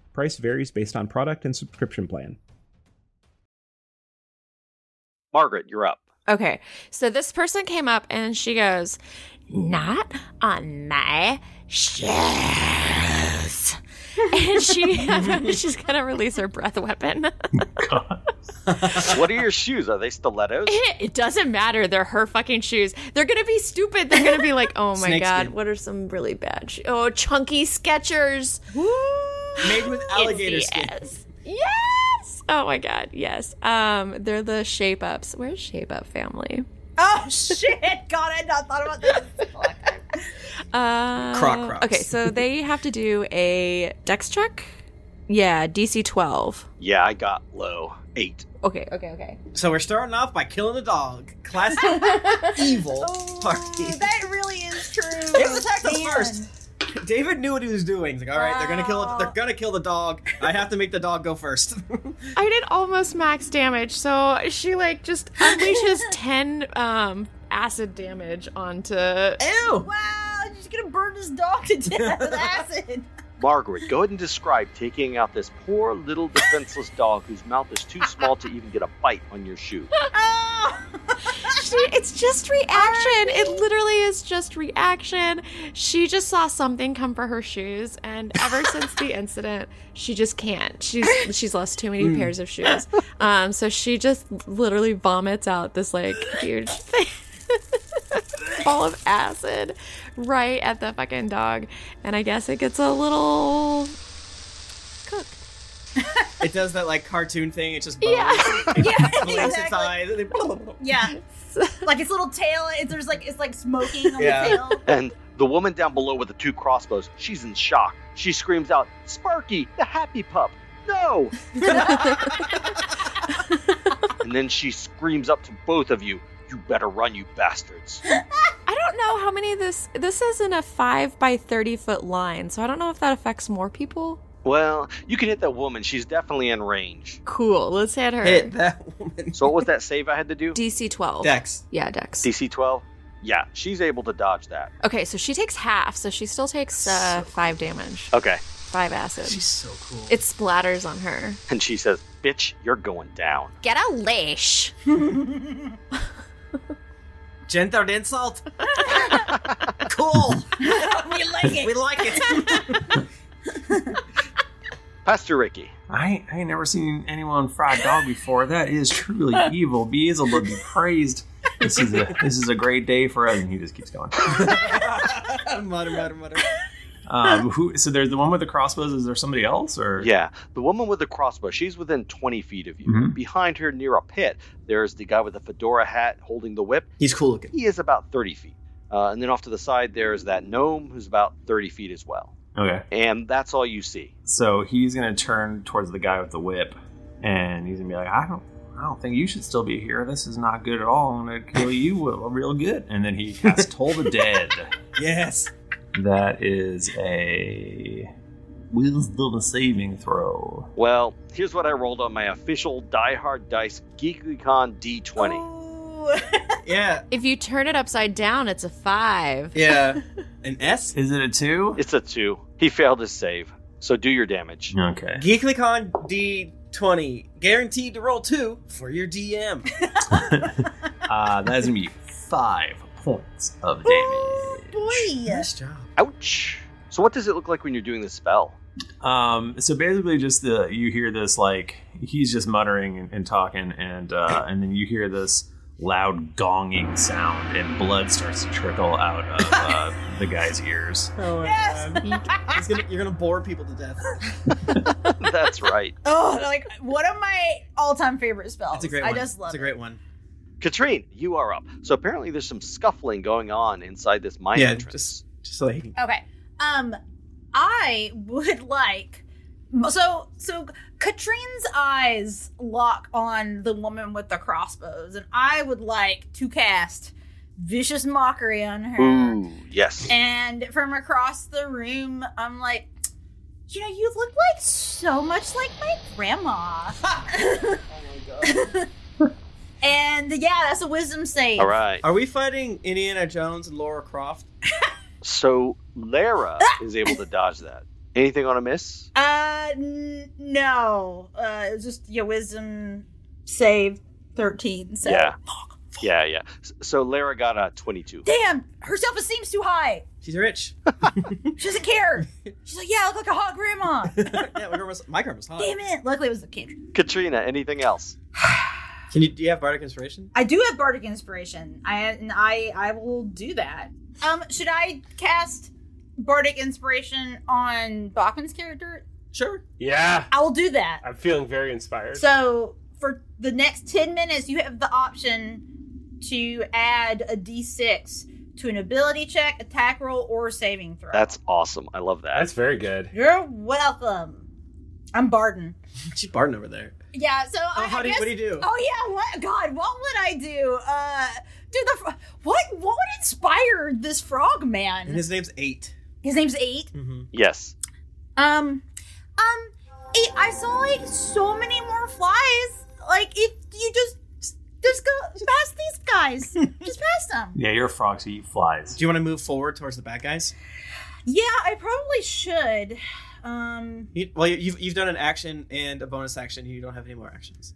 Speaker 7: Price varies based on product and subscription plan.
Speaker 4: Margaret, you're up.
Speaker 5: Okay. So this person came up and she goes, Not on my shoes. and she she's gonna release her breath weapon.
Speaker 4: what are your shoes? Are they stilettos?
Speaker 5: it doesn't matter. They're her fucking shoes. They're gonna be stupid. They're gonna be like, oh my
Speaker 4: Snakeskin.
Speaker 5: god, what are some really bad? Sh- oh, chunky Skechers.
Speaker 2: Made with alligator skin.
Speaker 5: Yes. Oh my god. Yes. Um, they're the shape ups. Where's shape up family?
Speaker 6: Oh shit! God, I had not thought about this.
Speaker 5: Uh,
Speaker 6: Croc Crocs.
Speaker 5: Okay, so they have to do a dex check. Yeah, DC twelve.
Speaker 4: Yeah, I got low. Eight.
Speaker 5: Okay, okay, okay.
Speaker 2: So we're starting off by killing a dog. Classic evil party.
Speaker 6: That really is true.
Speaker 2: It was attacked us first. David knew what he was doing. He's like, all right, they're gonna kill. They're gonna kill the dog. I have to make the dog go first.
Speaker 5: I did almost max damage, so she like just unleashes ten um acid damage onto. Ew!
Speaker 6: Wow, she's gonna burn this dog to death with acid.
Speaker 4: Margaret, go ahead and describe taking out this poor little defenseless dog whose mouth is too small to even get a bite on your shoe.
Speaker 5: She, it's just reaction. It literally is just reaction. She just saw something come for her shoes, and ever since the incident, she just can't. She's she's lost too many
Speaker 11: Mm.
Speaker 5: pairs of shoes. Um, so she just literally vomits out this like huge thing. ball of acid right at the fucking dog and i guess it gets a little
Speaker 2: it does that like cartoon thing. It just bows.
Speaker 5: Yeah.
Speaker 2: It blinks its eyes.
Speaker 6: Yeah, like its little tail. It's, there's like it's like smoking on the tail.
Speaker 4: and the woman down below with the two crossbows, she's in shock. She screams out, Sparky, the happy pup, no! and then she screams up to both of you, You better run, you bastards.
Speaker 5: I don't
Speaker 12: don't know how many of this this is in a five by thirty foot line, so I don't know if that affects more people.
Speaker 4: Well, you can hit that woman. She's definitely in range.
Speaker 12: Cool. Let's hit her.
Speaker 4: Hit
Speaker 2: that
Speaker 4: woman. so what was that save I had to do?
Speaker 12: DC twelve. Yeah, Dex.
Speaker 4: DC 12? Yeah, she's able to dodge that.
Speaker 12: Okay, so she takes half, so she still takes uh, five damage,
Speaker 4: Okay.
Speaker 12: five acid. She's
Speaker 2: so cool.
Speaker 12: It splatters on her.
Speaker 4: And she says, Bitch, you're going down.
Speaker 12: Get a leash.
Speaker 2: Gendered insult. cool. we
Speaker 6: like it.
Speaker 2: We like it.
Speaker 4: Pastor Ricky.
Speaker 9: I, I ain't never seen anyone fry a dog before. That is truly evil. Beelzebub be praised. This is a this is a great day for us, and he just keeps going.
Speaker 2: mutter, mutter, mutter.
Speaker 9: Um, who? So there's the one with the crossbows. Is there somebody else, or
Speaker 4: Yeah, the woman with the crossbow, she's within 20 feet of you.
Speaker 9: Mhm.
Speaker 4: Behind her, near a pit, there's the guy with the fedora hat holding the whip.
Speaker 2: He's cool looking.
Speaker 4: He is about 30 feet. Uh, and then off to the side, there's that gnome who's about 30 feet as well.
Speaker 9: Okay.
Speaker 4: And that's all you see.
Speaker 9: So he's gonna turn towards the guy with the whip, and he's gonna be like, "I don't, I don't think you should still be here. This is not good at all. I'm gonna kill you real- real good." And then he casts Toll the Dead.
Speaker 2: Yes.
Speaker 9: That is a wisdom saving throw.
Speaker 4: Well, here's what I rolled on my official Die Hard Dice GeeklyCon D20.
Speaker 2: yeah.
Speaker 12: If you turn it upside down, it's a five.
Speaker 2: Yeah. An S?
Speaker 9: Is it a two?
Speaker 4: It's a two. He failed his save. So do your damage.
Speaker 9: Okay.
Speaker 2: GeeklyCon D20. Guaranteed to roll two for your DM.
Speaker 9: Uh, that is gonna be five points of damage.
Speaker 6: Boy.
Speaker 2: Nice job.
Speaker 4: Ouch. So what does it look like when you're doing this spell?
Speaker 9: Um, so basically, just the you hear this like he's just muttering and, and talking, and uh, and then you hear this loud gonging sound, and blood starts to trickle out of uh, the guy's ears.
Speaker 2: Oh my god. He's gonna, you're gonna bore people to death.
Speaker 4: That's right.
Speaker 6: Oh, like one of my all-time favorite spells.
Speaker 4: That's a great
Speaker 6: I
Speaker 4: one.
Speaker 6: just love
Speaker 2: That's a great one.
Speaker 4: Katrine, you are up. So apparently there's some scuffling going on inside this mine
Speaker 2: Yeah,
Speaker 4: entrance. Just,
Speaker 2: just like
Speaker 6: it. Okay. Um, I would like. So, so Katrine's eyes lock on the woman with the crossbows, and I would like to cast vicious mockery on her.
Speaker 4: Ooh, yes.
Speaker 6: And from across the room, I'm like, you know, you look like so much like my grandma. oh my god. and yeah, that's a wisdom save.
Speaker 2: Are we fighting Indiana Jones and Laura Croft?
Speaker 4: So Lara is able to dodge that. Anything on a miss?
Speaker 6: Uh, n- no. Uh, it was just your wisdom save thirteen. So.
Speaker 4: Yeah. Yeah, yeah. S- So Lara got a 22.
Speaker 6: Damn, her self esteem's too high.
Speaker 2: She's rich.
Speaker 6: She doesn't care. She's like, yeah, I look like a hot grandma.
Speaker 2: yeah, my grandma's, my grandma's hot.
Speaker 6: Damn it. Luckily, it was a kid.
Speaker 4: Katrina, anything else?
Speaker 2: Can you do you have bardic inspiration?
Speaker 6: I do have bardic inspiration. I and I I will do that. Um, should I cast bardic inspiration on Bachman's character?
Speaker 2: Sure.
Speaker 7: Yeah.
Speaker 6: I will do that.
Speaker 7: I'm feeling very inspired.
Speaker 6: So for the next 10 minutes, you have the option to add a d6 to an ability check, attack roll, or saving throw.
Speaker 4: That's awesome. I love that. That's
Speaker 7: very good.
Speaker 6: You're welcome. I'm Barden.
Speaker 2: She's barding over there.
Speaker 6: Yeah, so I,
Speaker 2: how
Speaker 6: I
Speaker 2: do you-
Speaker 6: guess,
Speaker 2: what do you do?
Speaker 6: Oh yeah, what God? What would I do? Uh, do the fr- what? What would inspire this frog man?
Speaker 2: And his name's Eight.
Speaker 6: His name's Eight.
Speaker 4: Yes.
Speaker 6: Um, um, it, I saw like so many more flies. Like if you just just go past these guys, just past them.
Speaker 9: Yeah, you're a frog, so you eat flies.
Speaker 2: Do you want to move forward towards the bad guys?
Speaker 6: Yeah, I probably should. Um,
Speaker 2: You- well, you- you've, you've done an action and a bonus action. You don't have any more actions.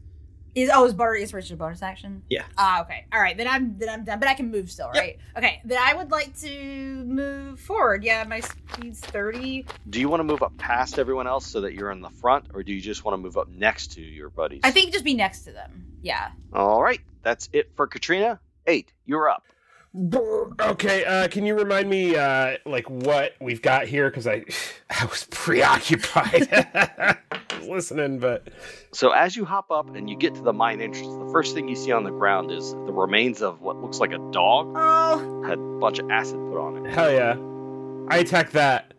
Speaker 6: is oh, is barter inspiration a bonus action?
Speaker 2: Yeah.
Speaker 6: Ah, okay. All right, then I'm then I'm done, but I can move still, right? Okay, then I would like to move forward. Yeah, my speed's thirty.
Speaker 4: Do you want to move up past everyone else so that you're in the front, or do you just want to move up next to your buddies?
Speaker 6: I think just be next to them. Yeah.
Speaker 4: All right. That's it for Katrina. Eight, you're up.
Speaker 7: Okay, uh, can you remind me, uh, like, what we've got here? Because I, I was preoccupied. I was listening, but
Speaker 4: So as you hop up and you get to the mine entrance, the first thing you see on the ground is the remains of what looks like a dog.
Speaker 6: Oh.
Speaker 4: Had a bunch of acid put on it.
Speaker 7: hell yeah, I attack that.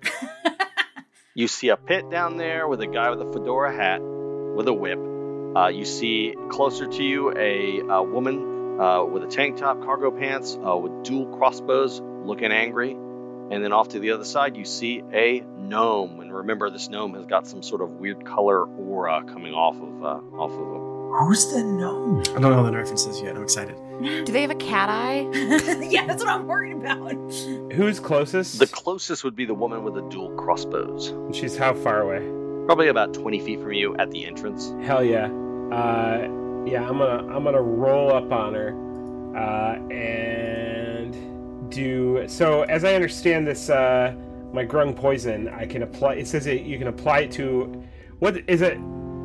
Speaker 4: You see a pit down there with a guy with a fedora hat with a whip. Uh, you see closer to you a, a woman uh, with a tank top, cargo pants, uh, with dual crossbows, looking angry. And then off to the other side, you see a gnome. And remember, this gnome has got some sort of weird color aura coming off of uh, off of him.
Speaker 13: Who's the gnome? I don't know the references yet. I'm excited.
Speaker 12: Do they have a cat eye?
Speaker 6: yeah, that's what I'm worried about.
Speaker 7: Who's closest?
Speaker 4: The closest would be the woman with the dual crossbows.
Speaker 7: She's how far away?
Speaker 4: Probably about 20 feet from you at the entrance.
Speaker 7: Hell yeah. Uh, yeah, I'm gonna I'm gonna roll up on her, uh, and do so. As I understand this, uh, my grung poison, I can apply. It says it, you can apply it to what is it?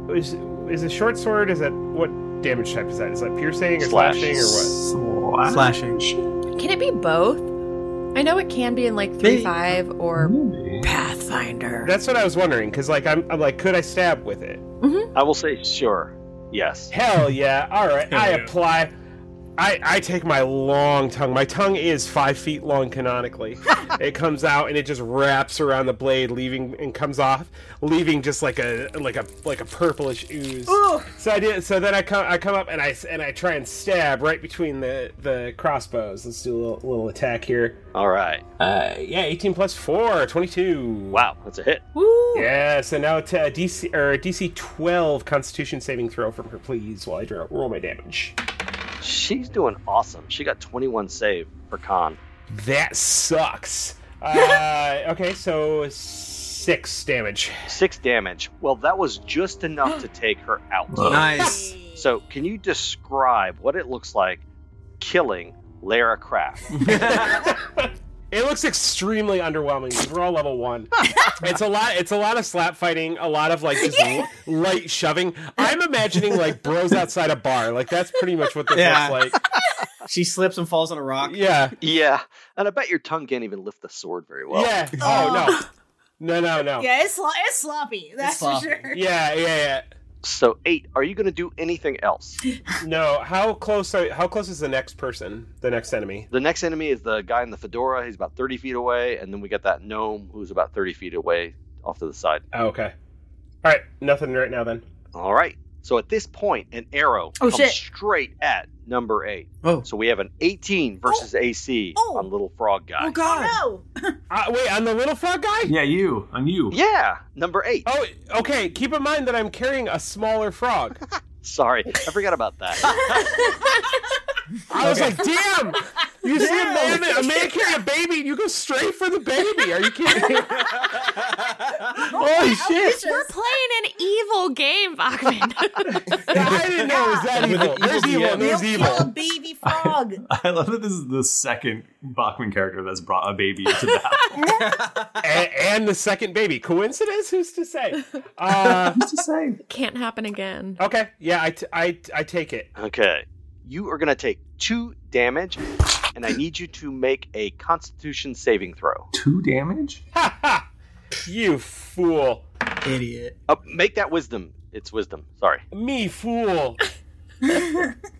Speaker 7: Is is a short sword? Is it what damage type is that? Is that piercing or
Speaker 13: Slash.
Speaker 7: slashing or what?
Speaker 13: Slashing.
Speaker 12: Can it be both? I know it can be in like three five or Pathfinder.
Speaker 7: That's what I was wondering, because like I'm, I'm like, could I stab with it?
Speaker 4: I will say sure. Yes.
Speaker 7: Hell yeah! All right, I
Speaker 4: Hell yeah.
Speaker 7: apply. I, I take my long tongue. My tongue is five feet long canonically. it comes out and it just wraps around the blade, leaving and comes off, leaving just like a like a like a purplish ooze. So I did. So then I come I come up and I s- and I try and stab right between the the crossbows. Let's do a little, little attack here.
Speaker 4: All right.
Speaker 7: Uh, yeah, 18 plus 4, 22.
Speaker 4: Wow, that's a hit.
Speaker 7: Woo! Yeah, so now it's uh, DC or DC 12 Constitution saving throw from her, please, while I draw, roll my damage.
Speaker 4: She's doing awesome. She got 21 save for con.
Speaker 7: That sucks. Uh, okay, so six damage.
Speaker 4: Six damage. Well, that was just enough to take her out.
Speaker 7: Whoa.
Speaker 2: Nice.
Speaker 4: So, can you describe what it looks like killing Lara Croft?
Speaker 7: It looks extremely underwhelming. 'cause We're all level one. it's a lot. It's a lot of slap fighting. A lot of like just l- light shoving. I'm imagining like bros outside a bar. Like that's pretty much what this
Speaker 2: Yeah.
Speaker 7: looks like.
Speaker 2: She slips and falls on a rock.
Speaker 7: Yeah.
Speaker 4: Yeah. And I bet your tongue can't even lift the sword very well.
Speaker 7: Yeah. Oh no. No no no.
Speaker 6: Yeah, it's, slo- Oh. it's sloppy. That's for sure.
Speaker 7: Yeah, yeah, yeah.
Speaker 4: So eight. Are you going to do anything else?
Speaker 7: No. How close? Are, how close is the next person? The next enemy?
Speaker 4: The next enemy is the guy in the fedora. He's about 30 feet away. And then we got that gnome who's about 30 feet away off to the side.
Speaker 7: Oh, okay. All right. Nothing right now then.
Speaker 4: All right. So at this point, an arrow
Speaker 7: Oh,
Speaker 4: comes
Speaker 7: shit.
Speaker 4: straight at number eight. Oh. So we have an 18 versus AC on little frog guy.
Speaker 7: Oh. God.
Speaker 6: No.
Speaker 7: uh, wait, I'm the little frog guy.
Speaker 9: Yeah, you. On you.
Speaker 4: Yeah, number eight.
Speaker 7: Oh, okay. Keep in mind that I'm carrying a smaller frog.
Speaker 4: Sorry, I forgot about that.
Speaker 7: I was like, damn! You see a
Speaker 4: Yeah.
Speaker 7: man, a man carrying a baby, and you go straight for the baby. Are you kidding? me?
Speaker 12: Oh,
Speaker 7: Holy
Speaker 5: Oh,
Speaker 7: shit!
Speaker 12: We're playing an evil game, Bachman.
Speaker 7: I didn't know it was that
Speaker 9: With an
Speaker 7: evil. There's
Speaker 9: evil
Speaker 7: evil.
Speaker 9: DM.
Speaker 7: and There's
Speaker 9: They'll
Speaker 7: evil.
Speaker 9: kill a
Speaker 6: baby frog.
Speaker 9: I love that this is the second Bachman character that's brought a baby to that.
Speaker 7: and, and the second baby. Coincidence? Who's to say? Uh,
Speaker 9: Who's to say?
Speaker 12: Can't happen again.
Speaker 7: Okay. Yeah, I, t- I, I take it.
Speaker 4: okay. You are going to take two damage, and I need you to make a constitution saving throw.
Speaker 9: Two damage?
Speaker 7: You fool.
Speaker 2: Idiot.
Speaker 4: Uh, make that wisdom. It's wisdom. Sorry.
Speaker 7: Me fool.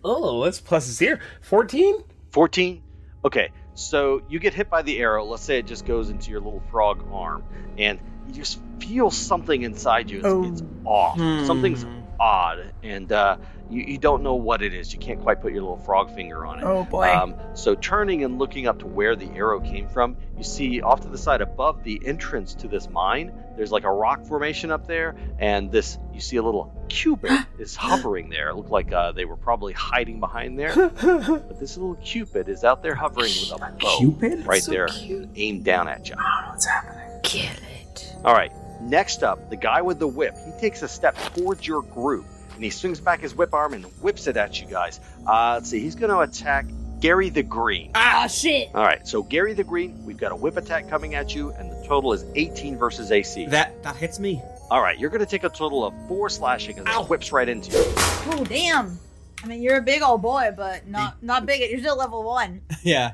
Speaker 7: oh, that's plus zero. 14?
Speaker 4: 14? Okay, so you get hit by the arrow. Let's say it just goes into your little frog arm, and you just feel something inside you. It's,
Speaker 8: Oh.
Speaker 4: it's off.
Speaker 8: Hmm.
Speaker 4: Something's odd, and uh, you, you don't know what it is. You can't quite put your little frog finger on it. Um,
Speaker 8: Oh, boy.
Speaker 4: so, turning and looking up to where the arrow came from, you see off to the side above the entrance to this mine, there's like a rock formation up there, and this you see a little cupid is hovering there. It looked like uh, they were probably hiding behind there. But this little Cupid is out there hovering with a bow
Speaker 9: Cupid?
Speaker 4: right
Speaker 9: So
Speaker 4: there, aimed down at you.
Speaker 8: Oh,
Speaker 4: I don't know what's happening. Kill it. All right. Next up, the guy with the whip. He takes a step towards your group and he swings back his whip arm and whips it at you guys. Uh, let's see. He's going to attack Gary the Green.
Speaker 6: Ah, shit.
Speaker 4: All right. So Gary the Green, we've got a whip attack coming at you, and the total is 18 versus AC.
Speaker 2: That that hits me.
Speaker 4: All right. You're going to take a total of four slashing as it whips right into you.
Speaker 6: Oh damn! I mean, you're a big old boy, but not not big. You're still level one.
Speaker 2: Yeah.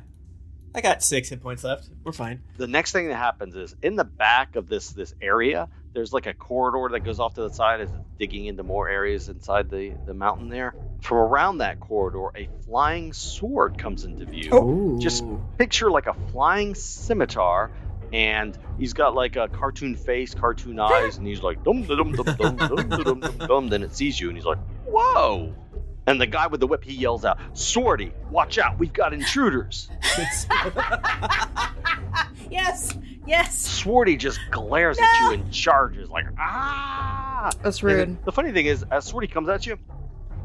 Speaker 2: I got six hit points left. We're fine.
Speaker 4: the next thing that happens is in the back of this this area there's like a corridor that goes off to the side as it's digging into more areas inside the the mountain there from around that corridor a flying sword comes into view just picture like a flying scimitar and he's got like a cartoon face cartoon eyes and he's like dum dum dum dum dum dum dum dum then it sees you and he's like whoa And the guy with the whip, he yells out, Swordy, watch out, we've got intruders.
Speaker 6: Ah, Yes, yes.
Speaker 4: Swordy just glares at you and charges like, ah!
Speaker 5: That's
Speaker 4: And the-
Speaker 5: rude.
Speaker 4: The, funny thing is, as Swordy comes at you,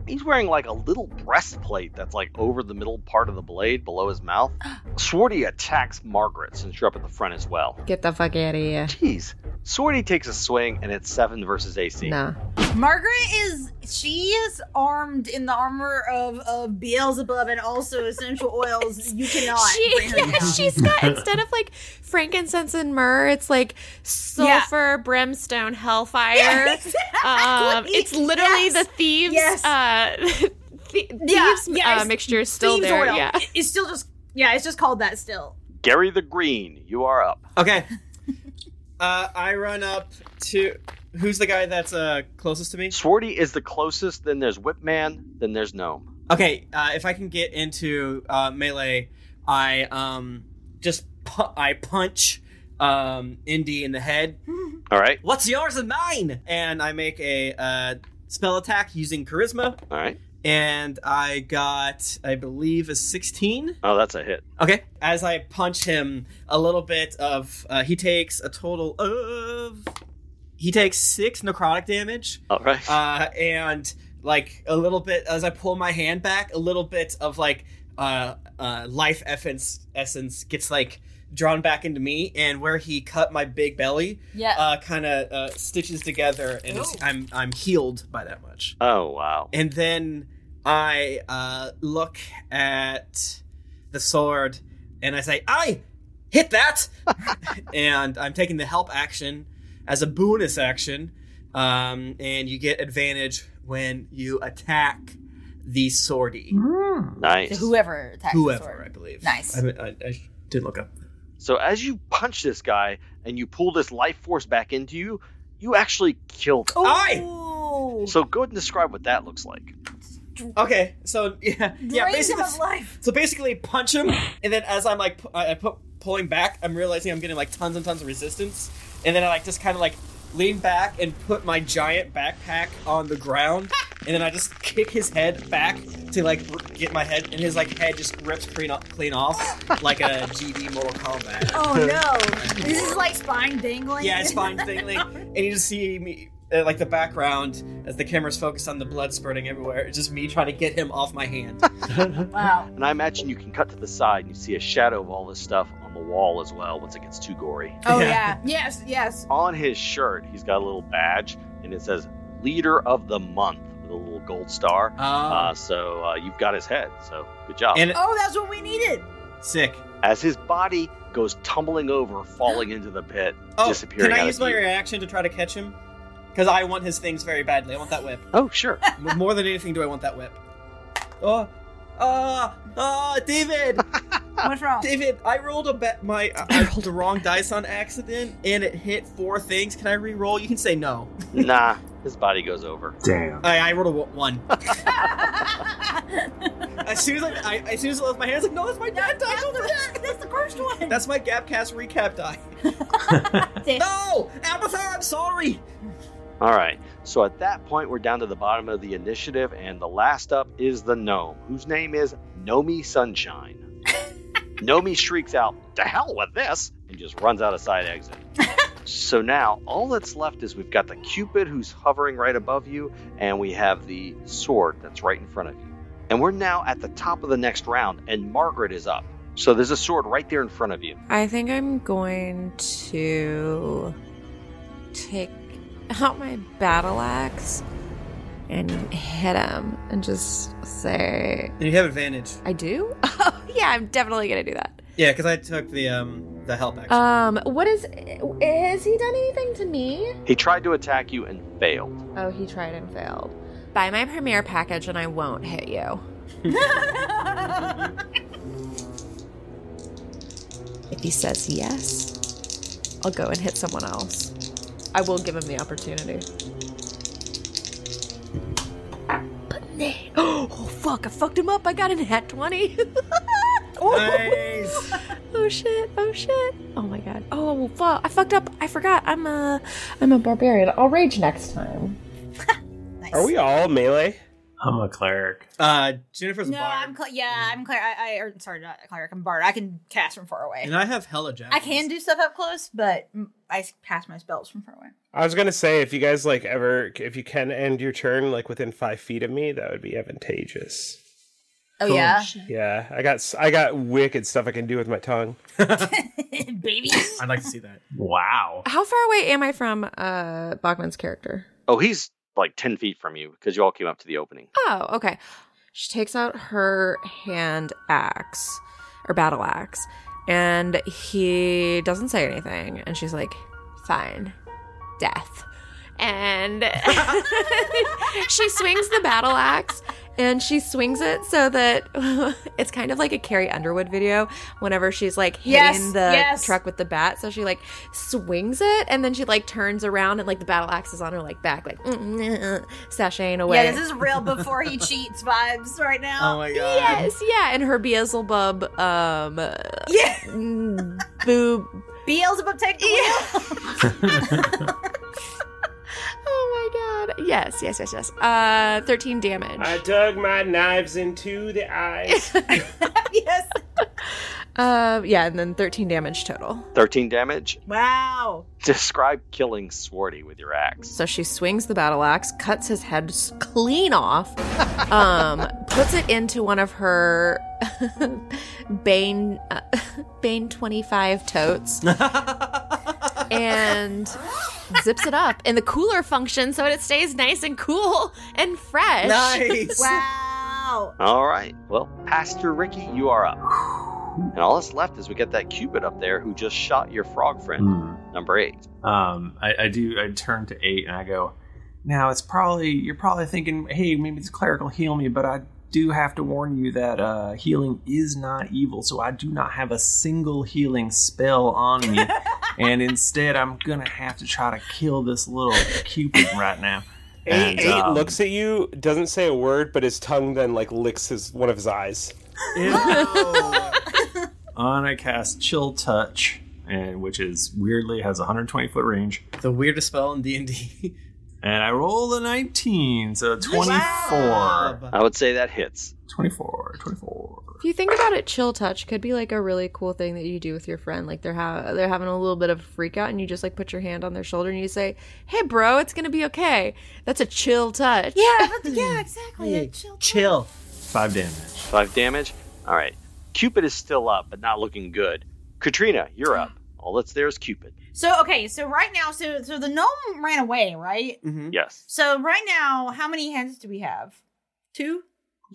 Speaker 4: he's wearing like a little breastplate that's like over the middle part of the blade below his mouth. Swordy attacks Margaret since you're up at the front as well.
Speaker 5: Get the fuck out of here.
Speaker 4: Jeez. Swordy takes a swing and it's 7 versus AC.
Speaker 5: Nah.
Speaker 6: Margaret is she is armed in the armor of, of Beelzebub and also essential oils. You cannot.
Speaker 12: She-
Speaker 6: bring her
Speaker 12: yeah,
Speaker 6: down.
Speaker 12: she's got instead of like frankincense and myrrh, it's like sulfur, brimstone, hellfire.
Speaker 6: Yeah,
Speaker 12: um,
Speaker 6: exactly.
Speaker 12: it's literally
Speaker 6: Yes.
Speaker 12: the thieves.
Speaker 6: Yes.
Speaker 12: Uh, th- thieves uh,
Speaker 6: it's-
Speaker 12: mixture is still
Speaker 6: thieves
Speaker 12: there.
Speaker 6: oil.
Speaker 12: Yeah.
Speaker 6: It- it's still just yeah, it's just called that still.
Speaker 4: Gary the Green, you are up.
Speaker 2: Okay. Uh, I run up to who's the guy that's uh, closest to me?
Speaker 4: Swordy is the closest, then there's Whipman, then there's Gnome.
Speaker 2: Okay, uh, if I can get into uh, melee, I um just pu- I punch um Indy in the head.
Speaker 4: All right.
Speaker 2: What's yours and mine? And I make a uh, spell attack using charisma,
Speaker 4: All right.
Speaker 2: and I got I believe a sixteen.
Speaker 4: Oh, that's a hit.
Speaker 2: Okay. As I punch him, a little bit of uh, he takes a total of he takes six necrotic damage.
Speaker 4: All right.
Speaker 2: Uh, and like a little bit as I pull my hand back, a little bit of like uh, uh, life essence essence gets like drawn back into me, and where he cut my big belly,
Speaker 6: Yeah.
Speaker 2: uh, kind of uh, stitches together, and it's, I'm I'm healed by that much.
Speaker 4: Oh, wow.
Speaker 2: And then I uh, look at the sword and I say, I hit that! and I'm taking the help action as a bonus action. Um, and you get advantage when you attack the swordy.
Speaker 4: Nice.
Speaker 6: So whoever attacks the
Speaker 2: Whoever,
Speaker 6: sword.
Speaker 2: I believe.
Speaker 6: Nice.
Speaker 2: I, I, I didn't look up.
Speaker 4: So as you punch this guy and you pull this life force back into you, you actually killed him.
Speaker 6: Oh.
Speaker 4: So go ahead and describe what that looks like.
Speaker 2: Okay, so yeah, yeah.
Speaker 6: Drains him
Speaker 2: Basically,
Speaker 6: of life.
Speaker 2: so basically, punch him, and then as I'm like, pu- I I put pulling back, I'm realizing I'm getting like tons and tons of resistance, and then I like just kind of like lean back and put my giant backpack on the ground, and then I just kick his head back to like r- get my head, and his like head just rips clean off, clean off like a GD Mortal Kombat.
Speaker 6: Oh no. this is like spine dangling.
Speaker 2: Yeah, it's fine thing. Like, and you just see me, uh, like the background as the camera's focused on the blood spurting everywhere. It's just me trying to get him off my hand.
Speaker 6: wow.
Speaker 4: And I imagine you can cut to the side and you see a shadow of all this stuff on the wall as well once it gets too gory.
Speaker 6: Oh yeah. Yes, yes.
Speaker 4: On his shirt, he's got a little badge and it says "Leader of the Month" with a little gold star.
Speaker 2: Ah.
Speaker 4: Uh, so uh, you've got his head. So good job.
Speaker 6: oh, that's what we needed.
Speaker 2: Sick.
Speaker 4: As his body goes tumbling over, falling into the pit,
Speaker 2: Oh,
Speaker 4: disappearing.
Speaker 2: Can
Speaker 4: out
Speaker 2: I
Speaker 4: of
Speaker 2: use my
Speaker 4: view.
Speaker 2: reaction to try to catch him? Because I want his things very badly. I want that whip.
Speaker 4: Oh, sure.
Speaker 2: More than anything, do I want that whip? Oh, ah, ah, David.
Speaker 6: What's wrong,
Speaker 2: David? I rolled a bet. My I rolled a wrong dice on accident, and it hit four things. Can I re-roll? You can say no.
Speaker 4: nah, his body goes over.
Speaker 9: Damn.
Speaker 2: I, I rolled a w- one. as soon as I, I as soon as I left my hand, I was like, no, that's my dad die. That's,
Speaker 6: the, first one.
Speaker 2: That's my Gapcast recap die. no, Abathar, I'm sorry.
Speaker 4: All right. So at that point, we're down to the bottom of the initiative, and the last up is the gnome, whose name is Nomi Sunshine. Nomi shrieks out, "The hell with this!" and just runs out a side exit. so now all that's left is we've got the Cupid who's hovering right above you, and we have the sword that's right in front of you. And we're now at the top of the next round, and Margaret is up. So there's a sword right there in front of you.
Speaker 5: I think I'm going to take out my battle axe and hit him and just say,
Speaker 2: And you have advantage.
Speaker 5: I do? Oh, yeah, I'm definitely going to do that.
Speaker 2: Yeah, because I took the um the help action.
Speaker 5: Um, what is. Has he done anything to me?
Speaker 4: He tried to attack you and failed.
Speaker 5: Oh, he tried and failed. Buy my premiere package and I won't hit you. if he says yes, I'll go and hit someone else. I will give him the opportunity. But nay. Oh, fuck. I fucked him up. I got an hat 20.
Speaker 2: nice.
Speaker 5: Oh, shit. Oh, shit. Oh, my God. Oh, fuck. I fucked up. I forgot. I'm a, I'm a barbarian. I'll rage next time.
Speaker 7: Are we all melee?
Speaker 9: I'm a cleric.
Speaker 2: Uh, Jennifer's
Speaker 6: no, I'm cl- yeah, I'm Claire. I, I or, sorry, not Claire. I'm Bard. I can cast from far away.
Speaker 2: and I have hella jack.
Speaker 6: I can do stuff up close, but mm, I s- pass my spells from far away.
Speaker 7: I was gonna say if you guys like ever if you can end your turn like within five feet of me, that would be advantageous.
Speaker 6: Oh yeah,
Speaker 7: Yeah, I got s- I got wicked stuff I can do with my tongue.
Speaker 6: baby.
Speaker 2: I'd like to see that.
Speaker 9: Wow.
Speaker 5: How far away am I from uh Bachman's character?
Speaker 4: Oh, he's like 10 feet from you because you all came up to the opening.
Speaker 5: Oh, okay. She takes out her hand axe or battle axe, and he doesn't say anything. And she's like, fine, death. And she swings the battle axe and she swings it so that it's kind of like a Carrie Underwood video whenever she's like hitting
Speaker 6: Yes,
Speaker 5: the
Speaker 6: yes.
Speaker 5: truck with the bat. So she like swings it and then she like turns around and like the battle axe is on her like back, like sashaying away.
Speaker 6: Yeah, this is real before he cheats vibes right now.
Speaker 5: Oh my god. Yes, yeah, and her Beelzebub um yeah. boob
Speaker 6: Beelzebub take the wheel.
Speaker 5: Oh my god. Yes, yes, yes, yes. Uh 13 damage.
Speaker 7: I dug my knives into the eyes.
Speaker 5: Uh yeah, and then 13 damage total.
Speaker 4: 13 damage.
Speaker 6: Wow.
Speaker 4: Describe killing Swarty with your axe.
Speaker 5: So she swings the battle axe, cuts his head s- clean off, um, puts it into one of her Bane uh, Bane 25 totes and zips it up in the cooler function so it stays nice and cool and fresh.
Speaker 4: Nice.
Speaker 6: Wow.
Speaker 4: All right. Well, Pastor Ricky, you are up. And all that's left is we got that Cupid up there who just shot your frog friend, number eight.
Speaker 9: Hmm. Um, I, I do. I turn to eight and I go. Now it's probably you're probably thinking, hey, maybe this cleric will heal me, but I do have to warn you that uh, healing is not evil, so I do not have a single healing spell on me, and instead I'm gonna have to try to kill this little cupid right now.
Speaker 7: Eight,
Speaker 9: And,
Speaker 7: eight
Speaker 9: um,
Speaker 7: looks at you, doesn't say a word, but his tongue then like licks his one of his eyes.
Speaker 9: on I cast Chill Touch, and which is weirdly has 120 foot range.
Speaker 2: The weirdest spell in D and D.
Speaker 9: And I roll a 19, so 24.
Speaker 4: I would say that hits.
Speaker 9: 24, 24.
Speaker 5: If you think about it, chill touch could be like a really cool thing that you do with your friend. Like they're ha- they're having a little bit of a freak out, and you just like put your hand on their shoulder and you say, "Hey, bro, it's gonna be okay." That's a chill touch.
Speaker 6: Yeah, yeah, exactly.
Speaker 2: Chill.
Speaker 9: Five damage.
Speaker 4: Five damage. All right. Cupid is still up, but not looking good. Katrina, you're up. All that's there is Cupid.
Speaker 6: So okay, so right now, so so the gnome ran away, right?
Speaker 4: Mm-hmm. Yes.
Speaker 6: So right now, how many hands do we have? Two.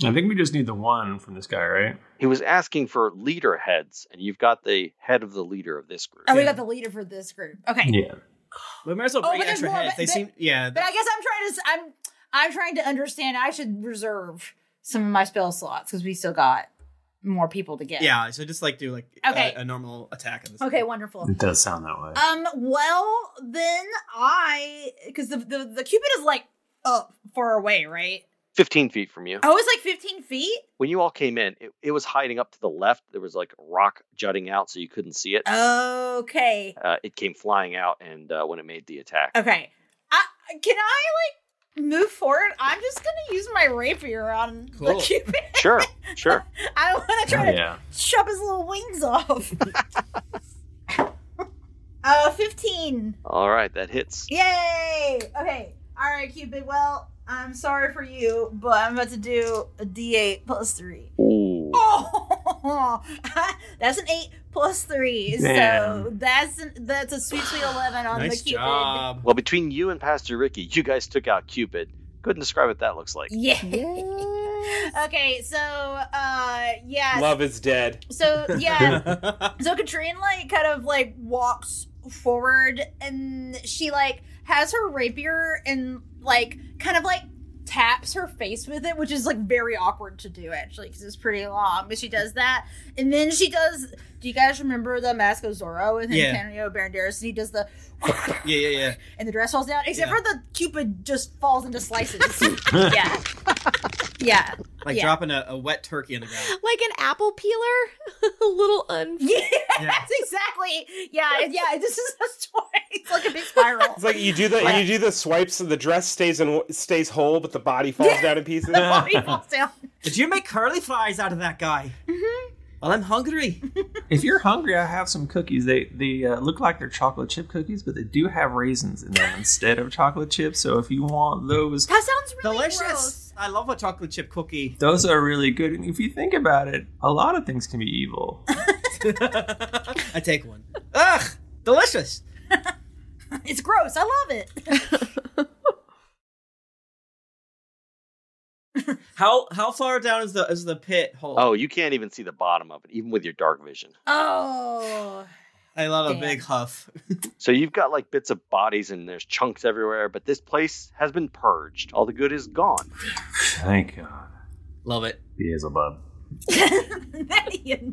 Speaker 9: I think we just need the one from this guy, right?
Speaker 4: He was asking for leader heads, and you've got the head of the leader of this group.
Speaker 6: Oh, we got the leader for this group. Okay.
Speaker 2: We might as well
Speaker 6: Oh,
Speaker 2: bring
Speaker 6: but there's
Speaker 2: extra
Speaker 6: more,
Speaker 2: heads.
Speaker 6: but-
Speaker 2: They
Speaker 6: but-
Speaker 2: seem yeah.
Speaker 6: But I guess I'm trying to. s- I'm I'm trying to understand. I should reserve some of my spell slots because we still got more people to get.
Speaker 2: yeah, so just like do like a-
Speaker 6: Okay.
Speaker 2: a, normal attack of this.
Speaker 6: Okay. Wonderful.
Speaker 9: It does sound that way.
Speaker 6: Um. Well, then I because the, the the cupid is like up far away, right?
Speaker 4: 15 feet from you.
Speaker 6: Oh, it's like 15 feet.
Speaker 4: When you all came in, it, it was hiding up to the left. There was like a rock jutting out, so you couldn't see it.
Speaker 6: Oh. Okay.
Speaker 4: Uh, it came flying out, and uh, when it made the attack,
Speaker 6: Okay. I, can I like move forward? I'm just gonna use my rapier on
Speaker 4: Cool.
Speaker 6: the cupid.
Speaker 4: sure, sure.
Speaker 6: I want to try
Speaker 4: Oh, yeah.
Speaker 6: to chop his little wings off. uh, 15.
Speaker 4: All right, that hits.
Speaker 6: Yay! Okay. All right, Cupid. Well, I'm sorry for you, but I'm about to do a D8 plus three.
Speaker 4: Ooh.
Speaker 6: Oh, that's an eight plus three. So
Speaker 4: Damn.
Speaker 6: that's an, that's a sweet sweet eleven on the Cupid.
Speaker 4: Well, between you and Pastor Ricky, you guys took out Cupid. Go ahead and describe what that looks like.
Speaker 6: Yeah. okay, so uh yeah.
Speaker 7: Love is dead.
Speaker 6: So yeah. so Katrine like kind of like walks forward and she like has her rapier and like kind of like taps her face with it, which is like very awkward to do actually because it's pretty long. But she does that, and then she does. Do you guys remember the Mask of Zorro with
Speaker 2: Yeah.
Speaker 6: Antonio Banderas? And he does the
Speaker 2: Yeah, yeah, yeah.
Speaker 6: and the dress falls down, except
Speaker 2: Yeah.
Speaker 6: for the Cupid just falls into slices. yeah. Yeah.
Speaker 2: Like
Speaker 6: yeah.
Speaker 2: dropping a, a wet turkey in the ground.
Speaker 12: Like an apple peeler? a little un.
Speaker 6: That's exactly. Yeah, yeah. This is a story. It's like a big spiral.
Speaker 7: It's like you do the you do the swipes, and the dress stays in stays whole, but the body falls down in pieces.
Speaker 6: The body falls down.
Speaker 2: Did you make curly fries out of that guy? Mm-hmm. Well, I'm hungry.
Speaker 9: If you're hungry, I have some cookies. They they uh, look like they're chocolate chip cookies, but they do have raisins in them instead of chocolate chip. So if you want those,
Speaker 6: That sounds really
Speaker 2: delicious. I love a chocolate chip cookie.
Speaker 9: those are really good. And if you think about it, a lot of things can be evil.
Speaker 2: I take one. Ugh, delicious.
Speaker 6: It's gross. I love it.
Speaker 2: How how far down is the is the pit hole?
Speaker 4: Oh, you can't even see the bottom of it, even with your dark vision.
Speaker 6: Oh.
Speaker 2: I love
Speaker 6: Damn.
Speaker 2: a big huff.
Speaker 4: So you've got like bits of bodies and there's chunks everywhere, but this place has been purged. All the good is gone.
Speaker 9: Thank God.
Speaker 2: Love it.
Speaker 9: Beelzebub.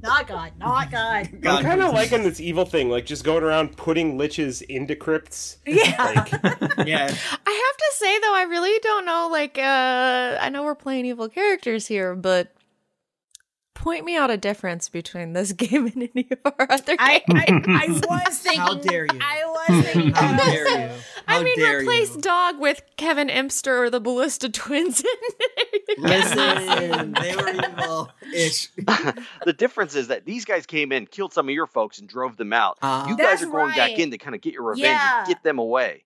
Speaker 6: not God. Not God.
Speaker 7: I'm kind of liking this evil thing, like just going around putting liches into crypts.
Speaker 2: yeah.
Speaker 5: I have to say though, I really don't know. Like, uh, I know we're playing evil characters here, but point me out a difference between this game and any of our other. I,
Speaker 6: I was thinking.
Speaker 5: How
Speaker 2: dare you?
Speaker 6: I was
Speaker 2: How dare you? How
Speaker 5: I mean,
Speaker 2: dare
Speaker 5: replace dog with Kevin Empster or the Ballista Twins.
Speaker 2: you? Listen, they were evil. Ish.
Speaker 4: the difference is that these guys came in, killed some of your folks, and drove them out.
Speaker 2: Ah.
Speaker 4: you guys
Speaker 6: That's
Speaker 4: are going back
Speaker 6: right.
Speaker 4: in to kind of get your revenge
Speaker 6: Yeah.
Speaker 4: and get them away.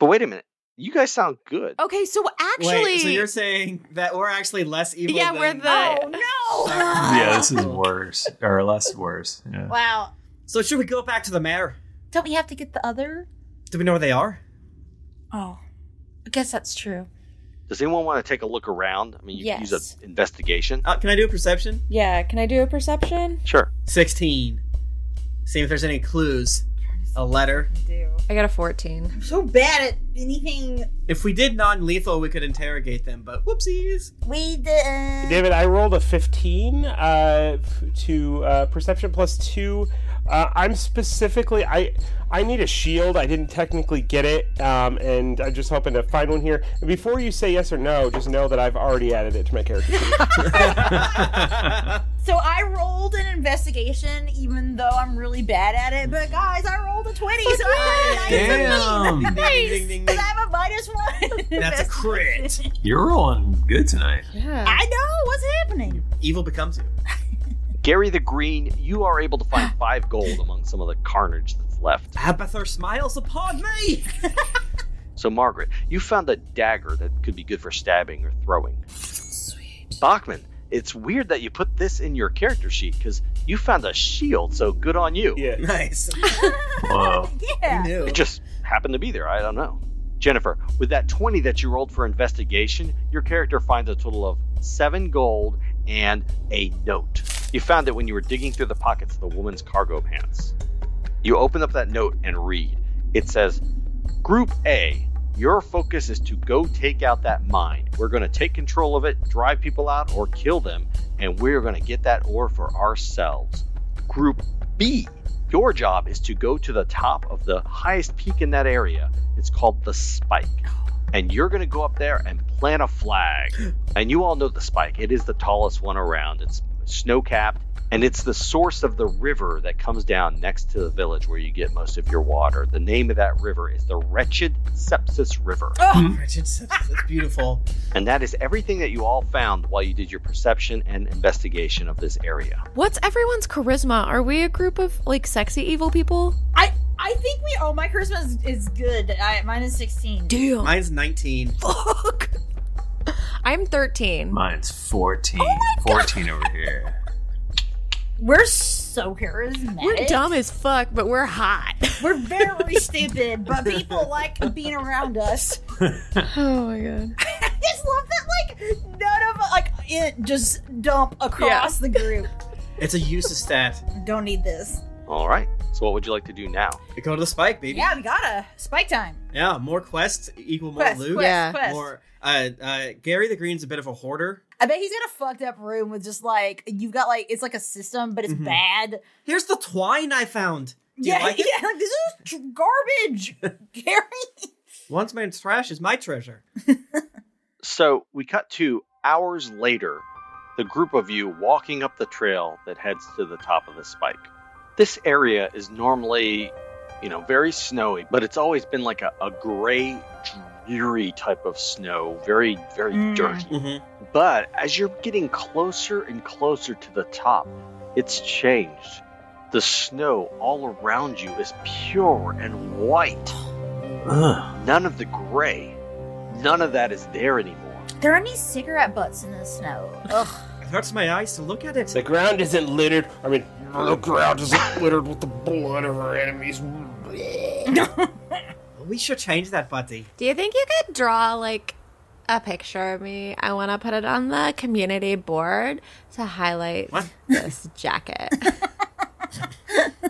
Speaker 4: But wait a minute. You guys sound good.
Speaker 6: Oh,
Speaker 5: Okay, so
Speaker 2: Wait, so you're saying that we're actually less evil?
Speaker 5: yeah,
Speaker 2: than...
Speaker 5: we're the.
Speaker 6: no.
Speaker 7: Ah.
Speaker 9: Yeah, this is worse or less worse. Yeah.
Speaker 6: Wow.
Speaker 2: So should we go back to the mayor?
Speaker 6: Don't we have to get the other?
Speaker 2: Do we know where they are?
Speaker 6: Oh. I guess that's true.
Speaker 4: Does anyone want to take a look around? I mean, you can use
Speaker 5: Yes.
Speaker 4: an investigation.
Speaker 2: Uh, can I do a perception?
Speaker 5: Yeah, can I do a perception?
Speaker 4: Sure.
Speaker 2: Sixteen. See if there's any clues. A letter.
Speaker 5: I got a fourteen.
Speaker 6: I'm so bad at anything.
Speaker 2: If we did non-lethal, we could interrogate them. But whoopsies.
Speaker 6: We did.
Speaker 7: David, I rolled a 15 uh, f- to uh, perception plus two. Uh, I'm specifically I I need a shield. I didn't technically get it, um, and I'm just hoping to find one here. And before you say yes or no, just know that I've already added it to my character. sheet.
Speaker 6: So I rolled an investigation, even though I'm really bad at it. But guys, I rolled a 20. So I got a
Speaker 9: Damn.
Speaker 6: nice.
Speaker 9: Ding,
Speaker 2: ding, ding,
Speaker 6: Because I have a minus one.
Speaker 2: That's a crit.
Speaker 9: You're rolling good tonight.
Speaker 6: I know what's happening.
Speaker 2: Evil becomes you.
Speaker 4: Gary the Green, you are able to find five gold among some of the carnage that's left.
Speaker 2: Abathur smiles upon me.
Speaker 4: So, Margaret, you found a dagger that could be good for stabbing or throwing. Sweet. Bachman, it's weird that you put this in your character sheet because you found a shield, so good on you.
Speaker 7: Yeah.
Speaker 2: Nice.
Speaker 4: Whoa.
Speaker 6: Yeah.
Speaker 4: It just happened to be there. I don't know. Jennifer, with that 20 that you rolled for investigation, your character finds a total of seven gold and a note. You found it when you were digging through the pockets of the woman's cargo pants. You open up that note and read. It says, Group A, your focus is to go take out that mine. We're going to take control of it, drive people out, or kill them, and we're going to get that ore for ourselves. Group B, your job is to go to the top of the highest peak in that area. It's called the Spike. And you're going to go up there and plant a flag. And you all know the Spike, it is the tallest one around. It's snow capped, and it's the source of the river that comes down next to the village where you get most of your water. The name of that river is the Wretched Sepsis River.
Speaker 2: Oh, Richard, that's beautiful.
Speaker 4: And that is everything that you all found while you did your perception and investigation of this area.
Speaker 5: What's everyone's charisma? Are we a group of like sexy evil people?
Speaker 6: I I think we. Oh, my charisma is, is good. I, mine is 16.
Speaker 5: Damn.
Speaker 2: Mine's 19.
Speaker 5: I'm 13.
Speaker 9: Mine's 14. 14 over here.
Speaker 6: We're so charismatic.
Speaker 5: We're dumb as fuck, but we're hot.
Speaker 6: We're very stupid, but people like being around us.
Speaker 5: oh my god.
Speaker 6: I just love that, like, none of like it just dump across the group.
Speaker 2: It's a useless stat.
Speaker 6: Don't need this.
Speaker 4: All right. So, what would you like to do now?
Speaker 2: Go to the spike, baby.
Speaker 6: Yeah, we gotta spike time.
Speaker 2: Yeah, more quests equal more
Speaker 6: Quest,
Speaker 2: loot.
Speaker 6: quest, Yeah. quest.
Speaker 2: More, uh, uh, Gary the Green's a bit of a hoarder.
Speaker 6: I bet he's got a fucked up room with just like you've got like it's like a system, but it's
Speaker 2: Mhm.
Speaker 6: bad.
Speaker 2: Here's the twine I found. Do
Speaker 6: yeah,
Speaker 2: you like it?
Speaker 6: yeah. Like, this is tr- garbage. Gary,
Speaker 2: Once man's trash is my treasure.
Speaker 4: So we cut to hours later, the group of you walking up the trail that heads to the top of the spike. This area is normally, you know, very snowy, but it's always been like a, a gray, dreary type of snow, very, very
Speaker 1: Mm.
Speaker 4: dirty.
Speaker 7: Mm-hmm.
Speaker 4: But as you're getting closer and closer to the top, it's changed. The snow all around you is pure and white. None of the gray, none of that is there anymore.
Speaker 6: There are any cigarette butts in the snow. Ugh.
Speaker 2: It hurts my eyes to look at it.
Speaker 7: The ground isn't littered. I mean, the ground isn't littered with the blood of our enemies.
Speaker 2: we should change that, buddy.
Speaker 5: Do you think you could draw like a picture of me? I want to put it on the community board to highlight this jacket.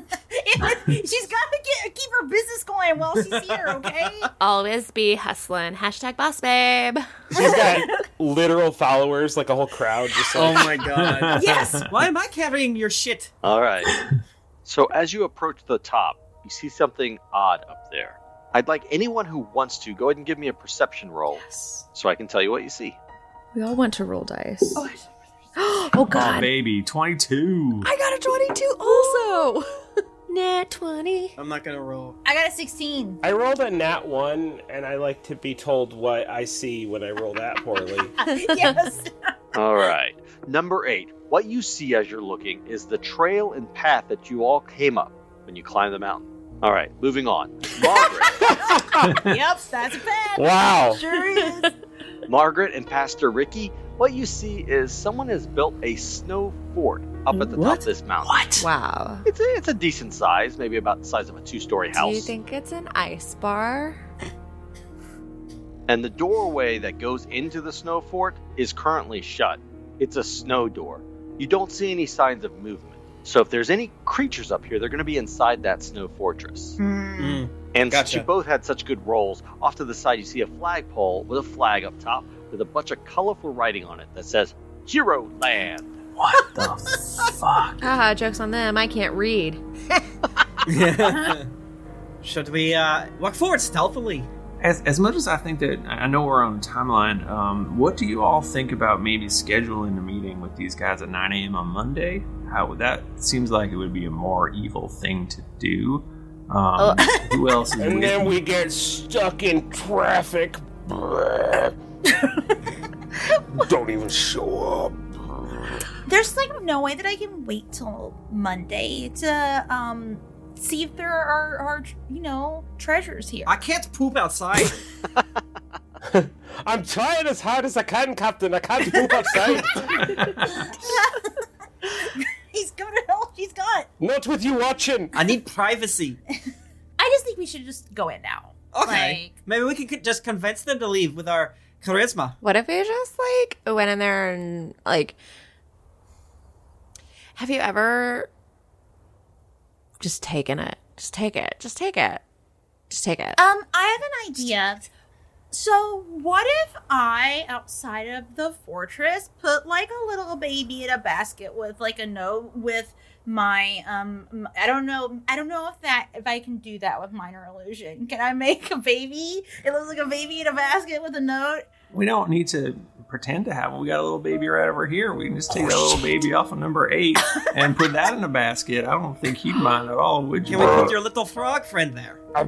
Speaker 6: She's got to get, keep her business going while she's here, okay?
Speaker 5: Always be hustling. Hashtag boss babe.
Speaker 7: She's got literal followers, like a whole crowd. Just
Speaker 2: Oh
Speaker 7: like,
Speaker 2: my god. yes! Why am I carrying your shit?
Speaker 4: All right. so as you approach the top, you see something odd up there. I'd like anyone who wants to go ahead and give me a perception roll so I can tell you what you see.
Speaker 5: We all want to roll dice. Oh
Speaker 9: Oh,
Speaker 5: god.
Speaker 9: baby, 22.
Speaker 5: I got a 22
Speaker 6: Oh.
Speaker 5: also. Nat 20.
Speaker 2: I'm not gonna roll.
Speaker 6: I got a 16.
Speaker 7: I rolled a nat one, and I like to be told what I see when I roll that poorly.
Speaker 6: yes.
Speaker 4: All right. Number eight. What you see as you're looking is the trail and path that you all came up when you climbed the mountain. All right, moving on.
Speaker 6: yep, that's bad.
Speaker 4: Wow.
Speaker 6: Sure is.
Speaker 4: Margaret and Pastor Ricky, what you see is someone has built a snow fort up at the top of this mountain. What?
Speaker 5: Wow.
Speaker 4: It's a, it's a decent size, maybe about the size of a two story
Speaker 5: Do you
Speaker 4: house.
Speaker 5: think it's an ice bar?
Speaker 4: and the doorway that goes into the snow fort is currently shut. It's a snow door. You don't see any signs of movement. So if there's any creatures up here, they're going to be inside that snow fortress.
Speaker 7: Hmm.
Speaker 4: And since
Speaker 2: Gotcha.
Speaker 4: you both had such good rolls, off to the side you see a flagpole with a flag up top with a bunch of colorful writing on it that says Hero Land.
Speaker 9: What the fuck?
Speaker 5: Haha, joke's on them. I can't read.
Speaker 2: Should we uh, walk forward stealthily?
Speaker 9: As, as much as I think that I I know we're on a timeline, um, what do you all think about maybe scheduling a meeting with these guys at 9 a.m. on Monday? How would that seems like it would be a more evil thing to do. Um, who else? Is
Speaker 7: Oh. and
Speaker 9: with
Speaker 7: then
Speaker 9: you?
Speaker 7: we get stuck in traffic. Don't even show up.
Speaker 6: There's like no way that I can wait till Monday to um see if there are, are you know treasures here.
Speaker 2: I can't poop outside.
Speaker 7: I'm trying as hard as I can, Captain. I can't move outside.
Speaker 6: He's got it all she's got.
Speaker 7: Not with you watching.
Speaker 2: I need privacy.
Speaker 6: I just think we should just go in now.
Speaker 2: Okay. Maybe we could just convince them to leave with our charisma.
Speaker 5: What if we just like went in there and like have you ever just taken it? Just take it. Just take it. Just take it.
Speaker 6: Um, I have an idea. So, what if I, outside of the fortress, put like a little baby in a basket with like a note with my um, m- I don't know, I don't know if that if I can do that with minor illusion. Can I make a baby? It looks like a baby in a basket with a note.
Speaker 9: We don't need to pretend to have one. We got a little baby right over here. We can just take that little baby off of number eight and put that in a basket. I don't think he'd mind at all, would you?
Speaker 2: Can we
Speaker 7: Uh.
Speaker 2: put your little frog friend there?
Speaker 7: I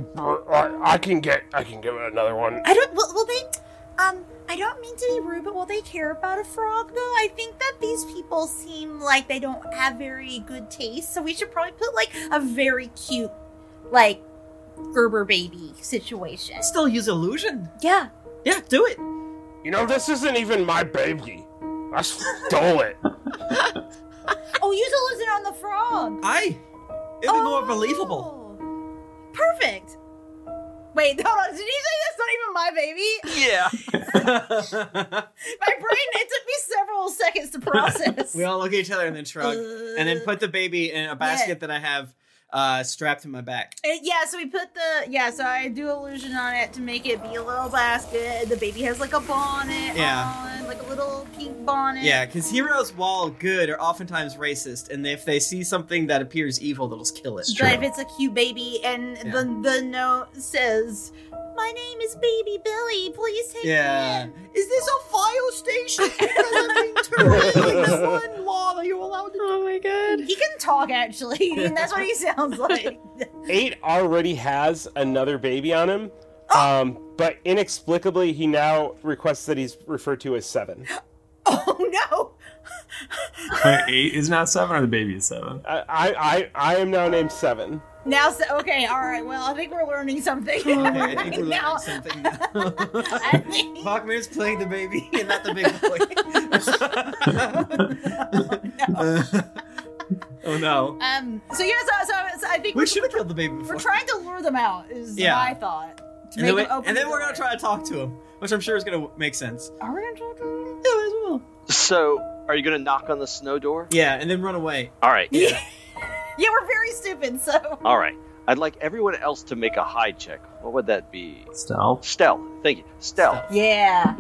Speaker 7: can get. I can give it another one.
Speaker 6: I don't. Will, will they? Um, I don't mean to be rude, but will they care about a frog though? I think that these people seem like they don't have very good taste, so we should probably put like a very cute, like Gerber baby situation.
Speaker 2: Still use illusion.
Speaker 6: Yeah.
Speaker 2: Yeah, do it.
Speaker 7: You know, this isn't even my baby. I stole it.
Speaker 6: Oh, you still listen on the frog.
Speaker 2: I. It'd be more believable.
Speaker 6: Perfect. Wait, hold on. Did you say that's not even my baby?
Speaker 4: Yeah.
Speaker 6: my brain. It took me several seconds to process.
Speaker 2: We all look at each other and then shrug, and then put the baby in a basket that I have uh, strapped to my back.
Speaker 6: Uh, yeah, so we put the yeah, so I do illusion on it to make it be a little basket. The baby has like a bonnet
Speaker 2: Yeah.
Speaker 6: on, like a little pink bonnet.
Speaker 2: Yeah, because heroes, while good, are oftentimes racist, and if they see something that appears evil, they'll just kill it.
Speaker 6: But if it's a cute baby and the the note says, "My
Speaker 10: My name is Baby Billy. Please take
Speaker 2: Yeah.
Speaker 10: me in. Is this a fire station?
Speaker 2: one law that you allowed to Oh
Speaker 12: my god.
Speaker 6: He can talk actually. I mean, that's what he sounds like.
Speaker 7: Eight already has another baby on him, um, but inexplicably he now requests that he's referred to as Seven.
Speaker 9: Wait, eight is now seven, or the baby is seven.
Speaker 7: I I I, I am now named Seven.
Speaker 6: Now, so, okay, all right. Well, I think we're learning something.
Speaker 2: Oh, I think we're
Speaker 6: now,
Speaker 2: learning something now. Bachman is playing the baby and not the big boy. oh no.
Speaker 6: um, so yeah, so, so, so I think
Speaker 2: We should have killed the baby
Speaker 6: we're
Speaker 2: before.
Speaker 6: trying to lure them out. Is
Speaker 2: Yeah.
Speaker 6: my thought. To
Speaker 2: and
Speaker 6: make
Speaker 2: then, we,
Speaker 6: them open
Speaker 2: and
Speaker 6: the
Speaker 2: then we're
Speaker 6: door.
Speaker 2: gonna try to talk to him, which I'm sure is gonna make sense.
Speaker 6: Are we gonna try to?
Speaker 4: So, are you going to knock on the snow door?
Speaker 2: Yeah, and then run away.
Speaker 4: All right.
Speaker 6: Yeah, we're very stupid. So
Speaker 4: All right. I'd like everyone else to make a hide check. What would that be?
Speaker 9: Stealth.
Speaker 4: Stealth. Thank you. Stealth.
Speaker 6: yeah.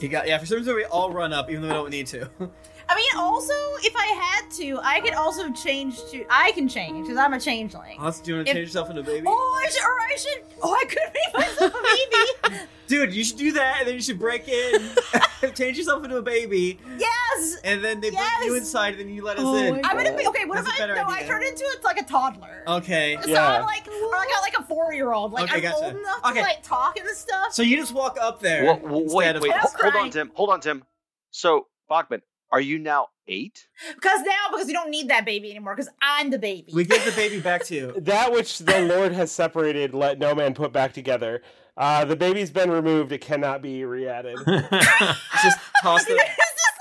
Speaker 2: You got yeah. For some reason, we all run up, even though we don't need to.
Speaker 6: I mean, also, if I had to, I could also change to. I can change because I'm a changeling.
Speaker 2: Unless do you want to
Speaker 6: If-
Speaker 2: change yourself into a baby?
Speaker 6: Oh, I should, or I should. Oh, I could make myself a baby.
Speaker 2: Dude, you should do that, and then you should break in, change yourself into a baby,
Speaker 6: yes.
Speaker 2: and then they bring you inside, and then you let us in.
Speaker 6: I'm gonna be okay. What
Speaker 2: That's a
Speaker 6: if oh I
Speaker 2: better
Speaker 6: no? I
Speaker 2: idea.
Speaker 6: turn into it's like a toddler.
Speaker 2: Okay.
Speaker 6: So I'm like, or like, I'm like a four year old. Like
Speaker 2: Okay,
Speaker 6: I'm
Speaker 2: gotcha.
Speaker 6: old enough to
Speaker 2: Okay.
Speaker 6: like talk and stuff.
Speaker 2: So you just walk up there.
Speaker 4: Wha- wha-
Speaker 2: instead
Speaker 4: wait,
Speaker 2: of-
Speaker 4: wait.
Speaker 6: That's
Speaker 4: Ho- Hold on,
Speaker 6: right.
Speaker 4: Tim. Hold on, Tim. So, Bachman, are you now eight?
Speaker 6: because now because we don't need that baby anymore because I'm the baby.
Speaker 2: We give the baby back to you.
Speaker 7: That which the Lord has separated, let no man put back together. Uh, the baby's been removed; it cannot be re-added.
Speaker 2: Just toss the.
Speaker 6: This is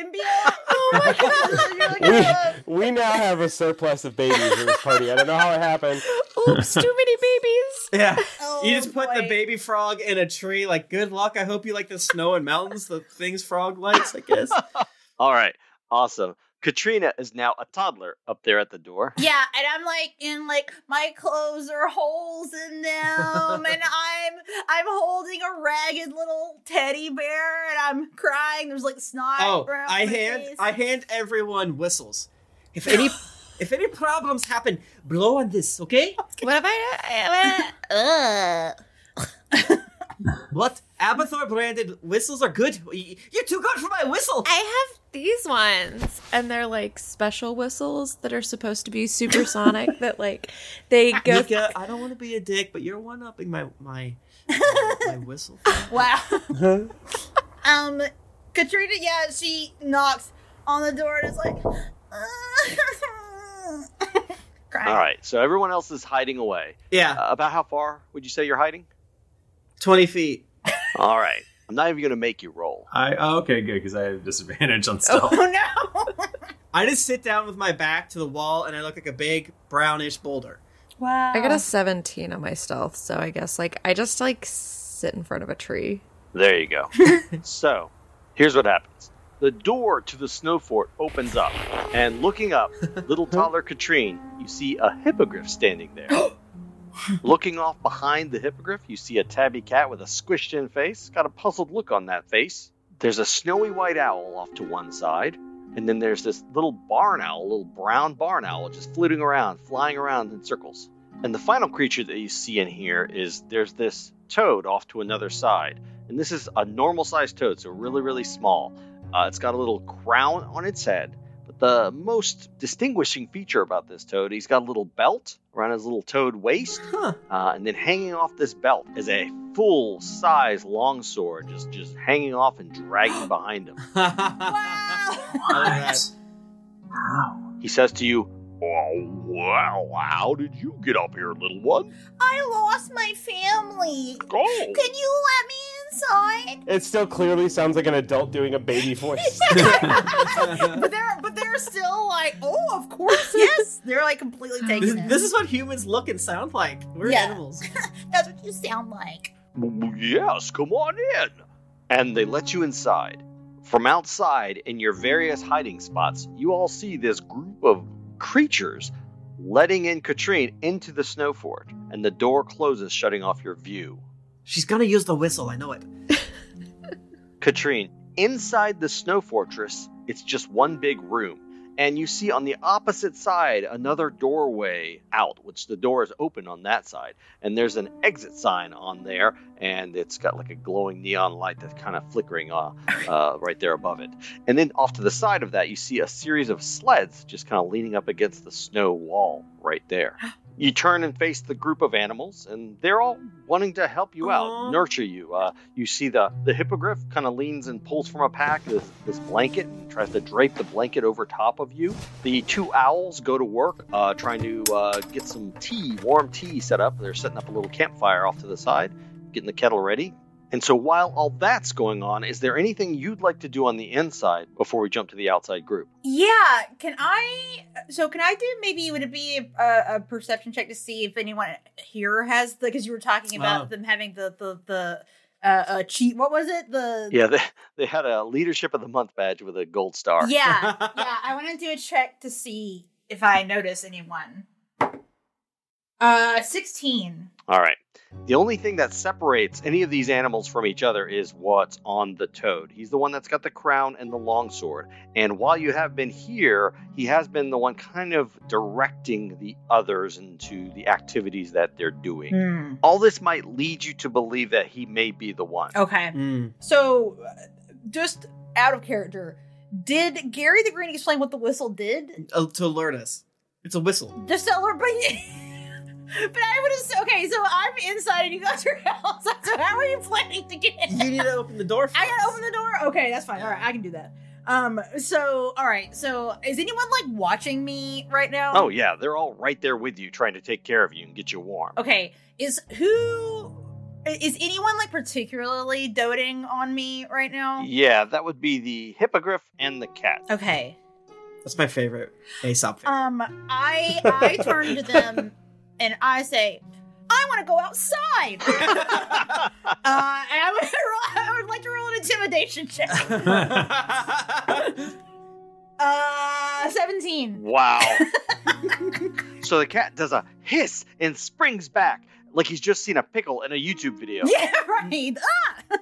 Speaker 6: like a fucking. This
Speaker 2: my
Speaker 6: is like the symbiote. oh god. You're like,
Speaker 7: We,
Speaker 6: uh,
Speaker 7: we now have a surplus of babies in this party. I don't know how it happened.
Speaker 12: Oops, too many babies.
Speaker 2: Yeah.
Speaker 6: Oh
Speaker 2: you just put the baby frog in a tree. Like, good luck. I hope you like the snow and mountains, the things frog likes, I guess.
Speaker 4: All right. Awesome. Katrina is now a toddler up there at the door.
Speaker 6: Yeah, and I'm like in like my clothes are holes in them, and I'm I'm holding a ragged little teddy bear, and I'm crying. There's like snot.
Speaker 2: oh,
Speaker 6: around
Speaker 2: I
Speaker 6: my
Speaker 2: hand
Speaker 6: face.
Speaker 2: I hand everyone whistles. If any if any problems happen, blow on this, okay?
Speaker 5: What if I? Uh,
Speaker 2: What? Abathor branded whistles are good. Y- You're too good for my whistle.
Speaker 12: I have these ones, and they're like special whistles that are supposed to be supersonic. that like they go.
Speaker 2: Mika, I don't want to be a dick, but you're one upping my my my whistle.
Speaker 6: Wow. Um, Katrina, yeah, she knocks on the door and is like,
Speaker 4: All right. So everyone else is hiding away.
Speaker 2: Yeah.
Speaker 4: Uh, about how far would you say you're hiding?
Speaker 2: Twenty feet.
Speaker 4: All right. I'm not even going to make you roll.
Speaker 9: I oh, okay, good because I have disadvantage on
Speaker 12: Oh,
Speaker 9: stealth.
Speaker 2: Oh. I just sit down with my back to the wall and I look like a big brownish boulder.
Speaker 6: wow.
Speaker 12: I got a 17 on my stealth, so I guess like I just like sit in front of a tree.
Speaker 4: There you go. so, here's what happens. The door to the snow fort opens up, and looking up, little toddler Katrine, you see a hippogriff standing there. looking off behind the hippogriff, you see a tabby cat with a squished in face. Got a puzzled look on that face. There's a snowy white owl off to one side, and then there's this little barn owl, little brown barn owl, just floating around, flying around in circles. And the final creature that you see in here is there's this toad off to another side. And this is a normal sized toad, so really, really small. Uh, it's got a little crown on its head. But the most distinguishing feature about this toad, he's got a little belt around his little toad waist. Uh, and then hanging off this belt is a full size longsword, just, just hanging off and dragging behind him. He says to you, Oh, wow, how did you get up here, little one?
Speaker 10: I lost my family.
Speaker 4: Go.
Speaker 10: Can you let me inside?
Speaker 7: It still clearly sounds like an adult doing a baby voice.
Speaker 6: but they're but they're still like, oh, of course, yes. They're like completely
Speaker 2: This,
Speaker 6: taken. in.
Speaker 2: this is what humans look and sound like. We're
Speaker 6: Yeah.
Speaker 2: animals.
Speaker 6: That's what you sound like.
Speaker 4: Yes, come on in. And they let you inside. From outside, in your various hiding spots, you all see this group of creatures letting in Katrine into the snow fort, and the door closes, shutting off your view.
Speaker 2: She's gonna use the whistle. I know it.
Speaker 4: Katrine, inside the snow fortress, it's just one big room, and you see on the opposite side another doorway out, which the door is open on that side, and there's an exit sign on there, and it's got like a glowing neon light that's kind of flickering uh, uh, right there above it. And then off to the side of that, you see a series of sleds just kind of leaning up against the snow wall right there. You turn and face the group of animals, and they're all wanting to help you out, nurture you. Uh, you see the, the hippogriff kind of leans and pulls from a pack this, this blanket and tries to drape the blanket over top of you. The two owls go to work uh, trying to uh, get some tea, warm tea set up. They're setting up a little campfire off to the side, getting the kettle ready. And so while all that's going on, is there anything you'd like to do on the inside before we jump to the outside group?
Speaker 6: Yeah, can I? So can I do? Maybe would it be a, a perception check to see if anyone here has the? Because you were talking about
Speaker 4: Oh.
Speaker 6: them having the the the uh, uh cheat. What was it? The
Speaker 4: Yeah, they, they had a leadership of the month badge with a gold star.
Speaker 6: yeah yeah. I want to do a check to see if I notice anyone. Uh, sixteen.
Speaker 4: All right. The only thing that separates any of these animals from each other is what's on the toad. He's the one that's got the crown and the longsword. And while you have been here, he has been the one kind of directing the others into the activities that they're doing.
Speaker 6: Hmm.
Speaker 4: All this might lead you to believe that he may be the one.
Speaker 6: Okay. So, uh, just out of character, did Gary the Green explain what the whistle did?
Speaker 2: Uh, to alert us. It's a whistle.
Speaker 6: The seller, but. But I would have. Okay, so I'm inside and you guys are outside. So how are you planning to get in?
Speaker 2: You need to open the door.
Speaker 6: I gotta open the door. Okay, that's fine. All right, I can do that. Um. So, all right. So, is anyone like watching me right now?
Speaker 4: Oh, yeah. They're all right there with you, trying to take care of you and get you warm.
Speaker 6: Okay. Is who? Is anyone like particularly doting on me right now?
Speaker 4: Yeah, that would be the hippogriff and the cat.
Speaker 6: Okay.
Speaker 2: That's my favorite Aesop.
Speaker 6: Um, I I turn to them and I say, I want to go outside. uh, and I would, roll, I would like to roll an intimidation check. uh, seventeen.
Speaker 4: Wow. so the cat does a hiss and springs back like he's just seen a pickle in a YouTube video.
Speaker 6: Yeah, right. Ah!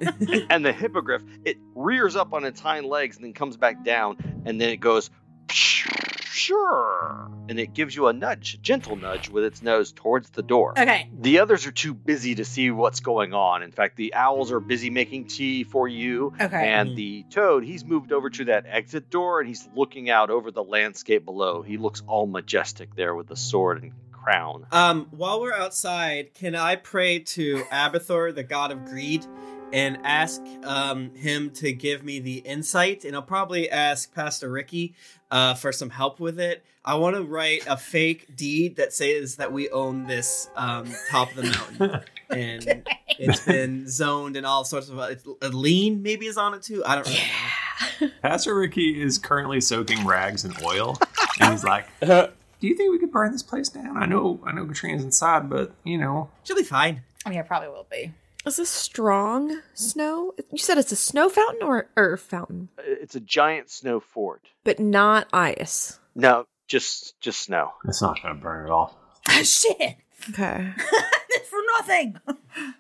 Speaker 4: and the hippogriff, it rears up on its hind legs and then comes back down and then it goes sure and it gives you a nudge, gentle nudge with its nose towards the door.
Speaker 6: Okay.
Speaker 4: The others are too busy to see what's going on. In fact, the owls are busy making tea for you.
Speaker 6: Okay.
Speaker 9: Mm-hmm.
Speaker 4: And the toad, he's moved over to that exit door and he's looking out over the landscape below. He looks all majestic there with the sword and crown.
Speaker 2: Um, while we're outside, can I pray to Abathor, the god of greed, and ask um, him to give me the insight? And I'll probably ask Pastor Ricky uh, for some help with it. I want to write a fake deed that says that we own this um, top of the mountain. and it's been zoned and all sorts of. uh, It's, a lien maybe is on it too. I don't really know.
Speaker 9: Pastor Ricky is currently soaking rags in oil, and he's like,
Speaker 2: Uh-huh.
Speaker 9: "Do you think we could burn this place down? I know, I know, Katrina's inside, but you know,
Speaker 2: she'll be fine."
Speaker 6: I mean, I probably will be.
Speaker 12: Is this strong snow? You said it's a snow fountain or, or fountain,
Speaker 4: Uh, It's a giant snow fort.
Speaker 12: but not ice.
Speaker 4: No, just just snow.
Speaker 9: It's not going to burn at all."
Speaker 6: Ah, Shit.
Speaker 12: Okay.
Speaker 6: For nothing.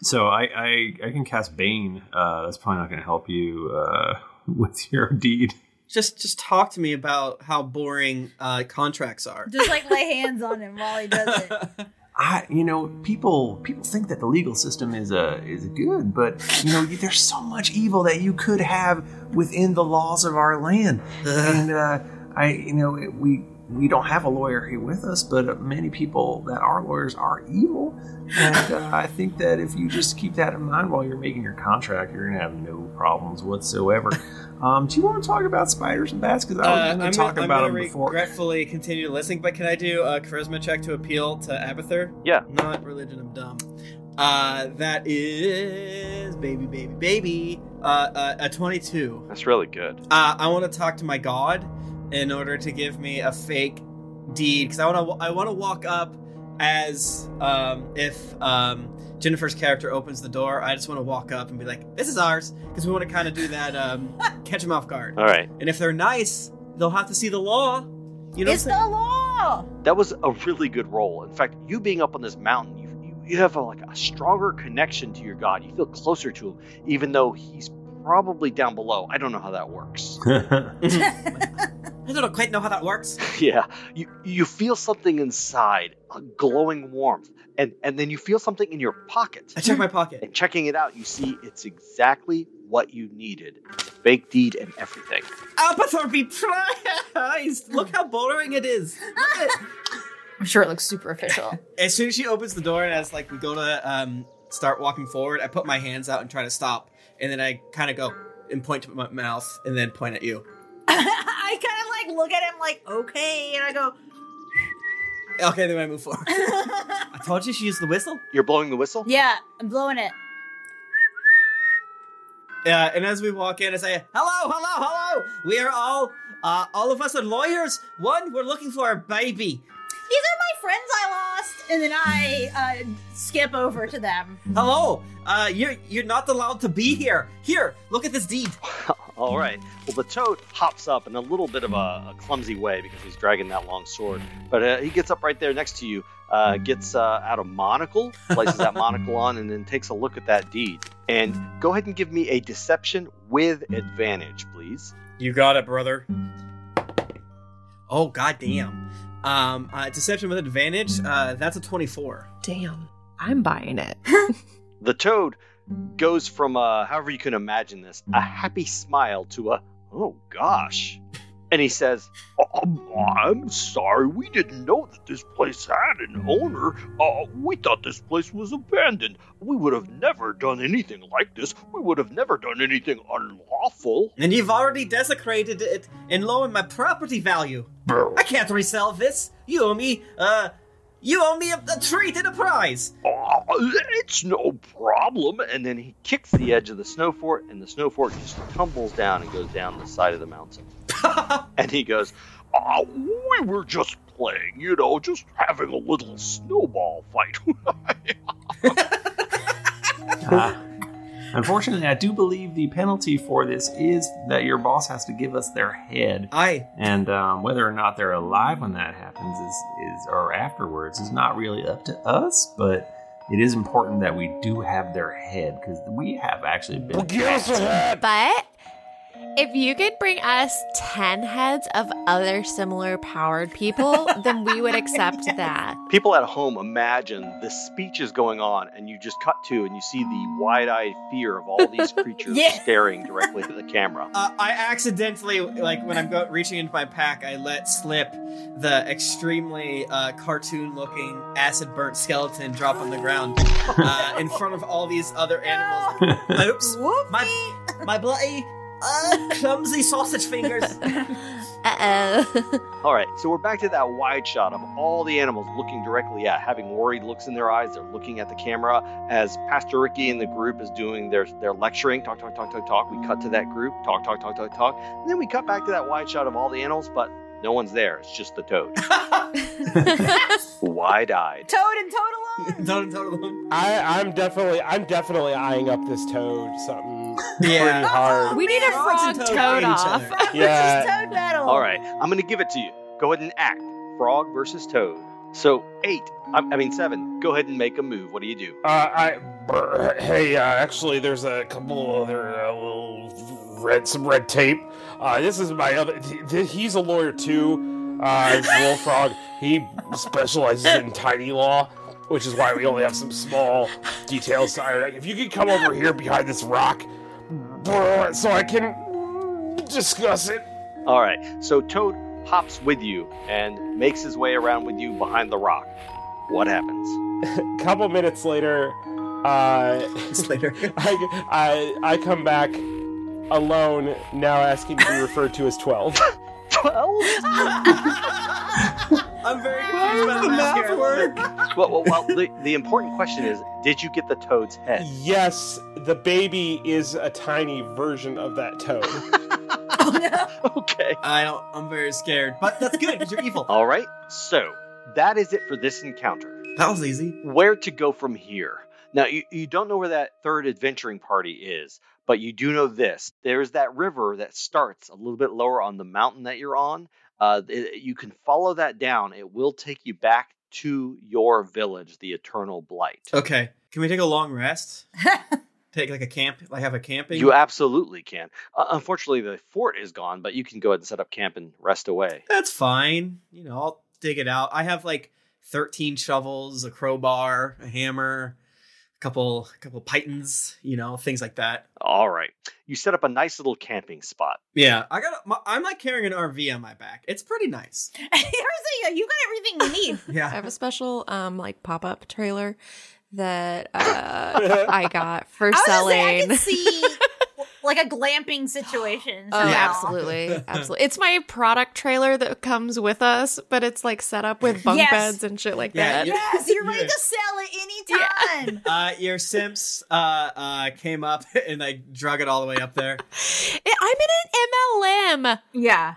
Speaker 9: So I, I, I can cast Bane. Uh, that's probably not going to help you uh, with your deed.
Speaker 2: Just, just talk to me about how boring uh, contracts are.
Speaker 6: Just like lay hands on him while he does it.
Speaker 9: I, you know, people people think that the legal system is uh, is good, but you know, there's so much evil that you could have within the laws of our land. and uh, I, you know, it, we we don't have a lawyer here with us, but uh, many people that are lawyers are evil. And uh, I think that if you just keep that in mind while you're making your contract, you're gonna have no problems whatsoever. Um, do you want to talk about spiders and bats? Because I was
Speaker 2: Uh,
Speaker 9: going
Speaker 2: I'm
Speaker 9: to talk
Speaker 2: gonna- I'm
Speaker 9: Oh, about
Speaker 2: gonna
Speaker 9: them before.
Speaker 2: Regretfully continue listening, but can I do a charisma check to appeal to Abathur?
Speaker 4: Yeah.
Speaker 2: Not religion, I'm dumb. Uh, that is baby, baby, baby. Uh, uh, a 22.
Speaker 4: That's really good.
Speaker 2: Uh, I want to talk to my god in order to give me a fake deed because I want to. I want to walk up as um, if um, Jennifer's character opens the door. I just want to walk up and be like, "This is ours," because we want to kind of do that. Um, catch them off guard.
Speaker 4: All right.
Speaker 2: And if they're nice, they'll have to see the law. You know,
Speaker 6: it's
Speaker 2: what I'm
Speaker 6: the law.
Speaker 4: That was a really good role. In fact, you being up on this mountain, you you, you have a, like a stronger connection to your god. You feel closer to him, even though he's probably down below. I don't know how that works.
Speaker 2: I don't quite know how that works.
Speaker 4: yeah you you feel something inside a glowing warmth and and then you feel something in your pocket
Speaker 2: i check my pocket
Speaker 4: and checking it out you see it's exactly what you needed the fake deed and everything
Speaker 2: Albathor be prized! Look how boring it is. Look at-
Speaker 6: I'm sure it looks super official.
Speaker 2: as soon as she opens the door and as like we go to um, start walking forward, I put my hands out and try to stop, and then I kind of go and point to my mouth and then point at you.
Speaker 6: I kind of like look at him like, okay, and I go,
Speaker 2: Okay, then I move forward. I told you she used the whistle.
Speaker 4: You're blowing the whistle.
Speaker 6: yeah, I'm blowing it.
Speaker 2: Yeah, and as we walk in, I say, "Hello, hello, hello! We are all, uh, all of us are lawyers. One, we're looking for a baby.
Speaker 6: These are my friends I lost, and then I uh, skip over to them.
Speaker 2: Hello, uh, you're you're not allowed to be here. Here, look at this deed.
Speaker 4: All right. Well, the toad hops up in a little bit of a, a clumsy way because he's dragging that long sword. But uh, he gets up right there next to you, uh, gets uh, out a monocle, places that monocle on, and then takes a look at that deed. And go ahead and give me a deception with advantage, please.
Speaker 2: You got it, brother. Oh goddamn! Um, uh, deception with advantage. Uh, that's a twenty-four.
Speaker 12: Damn, I'm buying it.
Speaker 4: The toad goes from, uh, however you can imagine this, a happy smile to a, oh gosh. And he says,
Speaker 14: Um, I'm sorry, we didn't know that this place had an owner. Uh, we thought this place was abandoned. We would have never done anything like this. We would have never done anything unlawful.
Speaker 2: And you've already desecrated it and lowered my property value. I can't resell this. You owe me, uh, you owe me a, a treat and a prize.
Speaker 4: Uh, it's no problem. And then he kicks the edge of the snow fort, and the snow fort just tumbles down and goes down the side of the mountain. and he goes,
Speaker 14: Uh, we were just playing, you know, just having a little snowball fight.
Speaker 9: Ah. Unfortunately, I do believe the penalty for this is that your boss has to give us their head.
Speaker 2: Aye.
Speaker 9: And um, whether or not they're alive when that happens is, is or afterwards is not really up to us, but it is important that we do have their head because we have actually been.
Speaker 12: But if you could bring us 10 heads of other similar powered people, then we would accept that.
Speaker 4: People at home imagine this speech is going on, and you just cut to, and you see the wide eyed fear of all these creatures
Speaker 2: Yeah.
Speaker 4: staring directly at the camera.
Speaker 2: Uh, I accidentally, like when I'm go- reaching into my pack, I let slip the extremely uh, cartoon-looking acid-burnt skeleton drop on the ground uh, in front of all these other animals. Oops! My my bloody uh, clumsy sausage fingers.
Speaker 12: Uh oh.
Speaker 4: All right, so we're back to that wide shot of all the animals looking directly at, having worried looks in their eyes. They're looking at the camera as Pastor Ricky and the group is doing their their lecturing. Talk, talk, talk, talk, talk. We cut to that group. Talk, talk, talk, talk, talk. And then we cut back to that wide shot of all the animals, but no one's there. It's just the toad, wide eyed.
Speaker 6: Toad and Toad alone.
Speaker 2: Toad and Toad alone.
Speaker 7: I, I'm definitely, I'm definitely eyeing up this toad something pretty
Speaker 6: Oh,
Speaker 7: hard.
Speaker 12: We need a frog
Speaker 6: Toad
Speaker 12: toad
Speaker 6: fighting each
Speaker 12: off.
Speaker 7: yeah.
Speaker 6: Toad battle.
Speaker 4: All right, I'm gonna give it to you. Go ahead and act. Frog versus toad. So eight. I, I mean seven. Go ahead and make a move. What do you do?
Speaker 7: Uh, I, brr, hey, uh, actually, there's a couple other uh, little red, some red tape. Uh, this is my other. th- th- He's a lawyer too. Uh, it's Will Frog. He specializes in tiny law, which is why we only have some small details. So, I- if you could come over here behind this rock, brr, so I can discuss it.
Speaker 4: All right. So Toad hops with you and makes his way around with you behind the rock. What happens?
Speaker 7: couple minutes later, uh,
Speaker 2: later,
Speaker 7: I, I I come back alone, now asking to be referred to as twelve.
Speaker 4: Twelve.
Speaker 2: I'm very confused by the math work.
Speaker 4: Well, well, well the, the important question is, did you get the toad's head?
Speaker 7: yes, the baby is a tiny version of that toad.
Speaker 4: Okay.
Speaker 2: I don't. I'm very scared, but that's good because you're evil.
Speaker 4: All right. So that is it for this encounter.
Speaker 2: That was easy.
Speaker 4: Where to go from here? Now you, you don't know where that third adventuring party is, but you do know this: there's that river that starts a little bit lower on the mountain that you're on. Uh, it- you can follow that down. It will take you back to your village, the Eternal Blight.
Speaker 2: Okay, can we take a long rest? Take like a camp, like have a camping.
Speaker 4: You absolutely can. Uh, unfortunately, the fort is gone, but you can go ahead and set up camp and rest away.
Speaker 2: That's fine. You know, I'll dig it out. I have like thirteen shovels, a crowbar, a hammer, a couple, a couple pythons. You know, things like that.
Speaker 4: All right. You set up a nice little camping spot.
Speaker 2: Yeah, I got. a- My, I'm like carrying an RV on my back. It's pretty nice.
Speaker 6: you got everything you need.
Speaker 2: Yeah.
Speaker 12: I have a special um like pop up trailer that uh I got for
Speaker 6: I was gonna
Speaker 12: selling.
Speaker 6: say, I could see like a glamping situation.
Speaker 12: Oh,
Speaker 6: somehow.
Speaker 12: absolutely, absolutely. It's my product trailer that comes with us, but it's like set up with bunk
Speaker 6: Yes.
Speaker 12: beds and shit like
Speaker 2: Yeah,
Speaker 12: that.
Speaker 2: yeah.
Speaker 6: Yes, you're ready to sell it anytime.
Speaker 2: Uh, your Sims uh, uh, came up and I drug it all the way up there.
Speaker 12: I'm in an MLM.
Speaker 6: Yeah.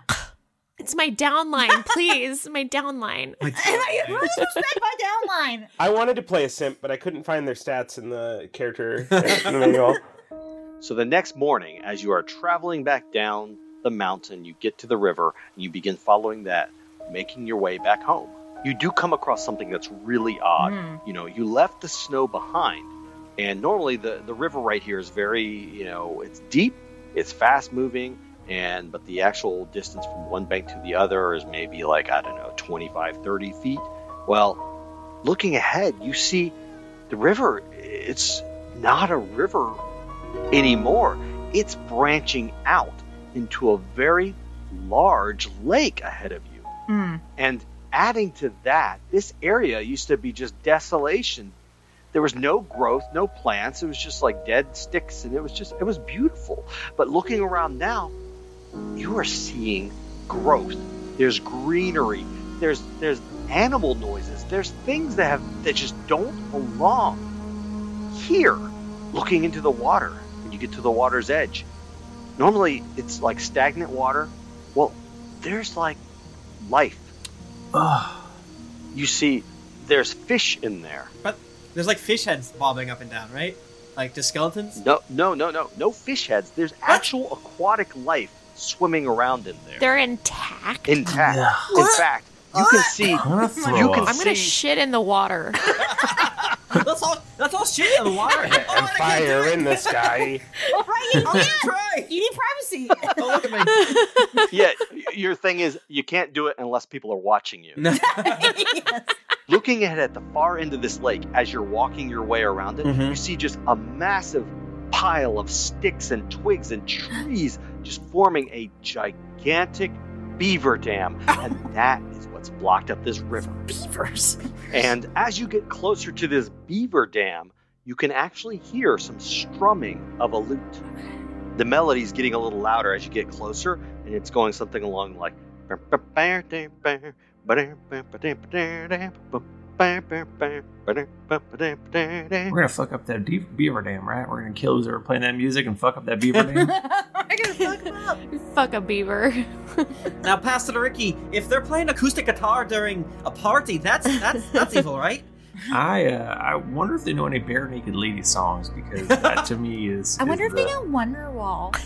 Speaker 12: It's my downline, please. my downline.
Speaker 6: I really respect my downline.
Speaker 7: I wanted to play a simp, but I couldn't find their stats in the character manual.
Speaker 4: So the next morning, as you are traveling back down the mountain, you get to the river and you begin following that, making your way back home. You do come across something that's really odd.
Speaker 14: Hmm.
Speaker 4: You know, you left the snow behind, and normally the, the river right here is very, you know, it's deep, it's fast moving, and but the actual distance from one bank to the other is maybe like, I don't know, 25, 30 feet. Well, looking ahead, you see the river, it's not a river anymore. It's branching out into a very large lake ahead of you.
Speaker 6: Hmm.
Speaker 4: And adding to that, this area used to be just desolation. There was no growth, no plants. It was just like dead sticks, and it was just, it was beautiful. But looking around now, you are seeing growth. There's greenery. There's there's animal noises. There's things that have that just don't belong here. Looking into the water, when you get to the water's edge, normally it's like stagnant water. Well, there's like life. You see, there's fish in there.
Speaker 2: But there's like fish heads bobbing up and down, right? Like just skeletons.
Speaker 4: No, no, no, no, no fish heads. There's actual aquatic life swimming around in there.
Speaker 12: They're intact.
Speaker 4: Intact. In fact, you can see. You
Speaker 12: I'm
Speaker 4: can
Speaker 12: I'm gonna
Speaker 4: see.
Speaker 12: shit in the water.
Speaker 2: that's all. That's all shit in the water.
Speaker 7: and fire in the sky.
Speaker 6: right, you
Speaker 2: I'll
Speaker 6: can't. You need privacy.
Speaker 7: Oh,
Speaker 2: look at me.
Speaker 4: yeah, y- your thing is you can't do it unless people are watching you. Looking ahead at the far end of this lake as you're walking your way around it, you see just a massive pile of sticks and twigs and trees just forming a gigantic beaver dam. And that is what's blocked up this river.
Speaker 6: Beavers.
Speaker 4: And as you get closer to this beaver dam, you can actually hear some strumming of a lute. The melody's getting a little louder as you get closer, and it's going something along like.
Speaker 9: We're gonna fuck up that deep beaver dam, right? We're gonna kill who's ever playing that music and fuck up that beaver dam.
Speaker 12: Fuck a beaver.
Speaker 2: now, Pastor Ricky, if they're playing acoustic guitar during a party, that's that's that's evil, right?
Speaker 9: I uh, I wonder if they know any bare naked lady songs because that to me is.
Speaker 6: I
Speaker 9: is
Speaker 6: wonder if they
Speaker 9: the-
Speaker 6: know Wonderwall.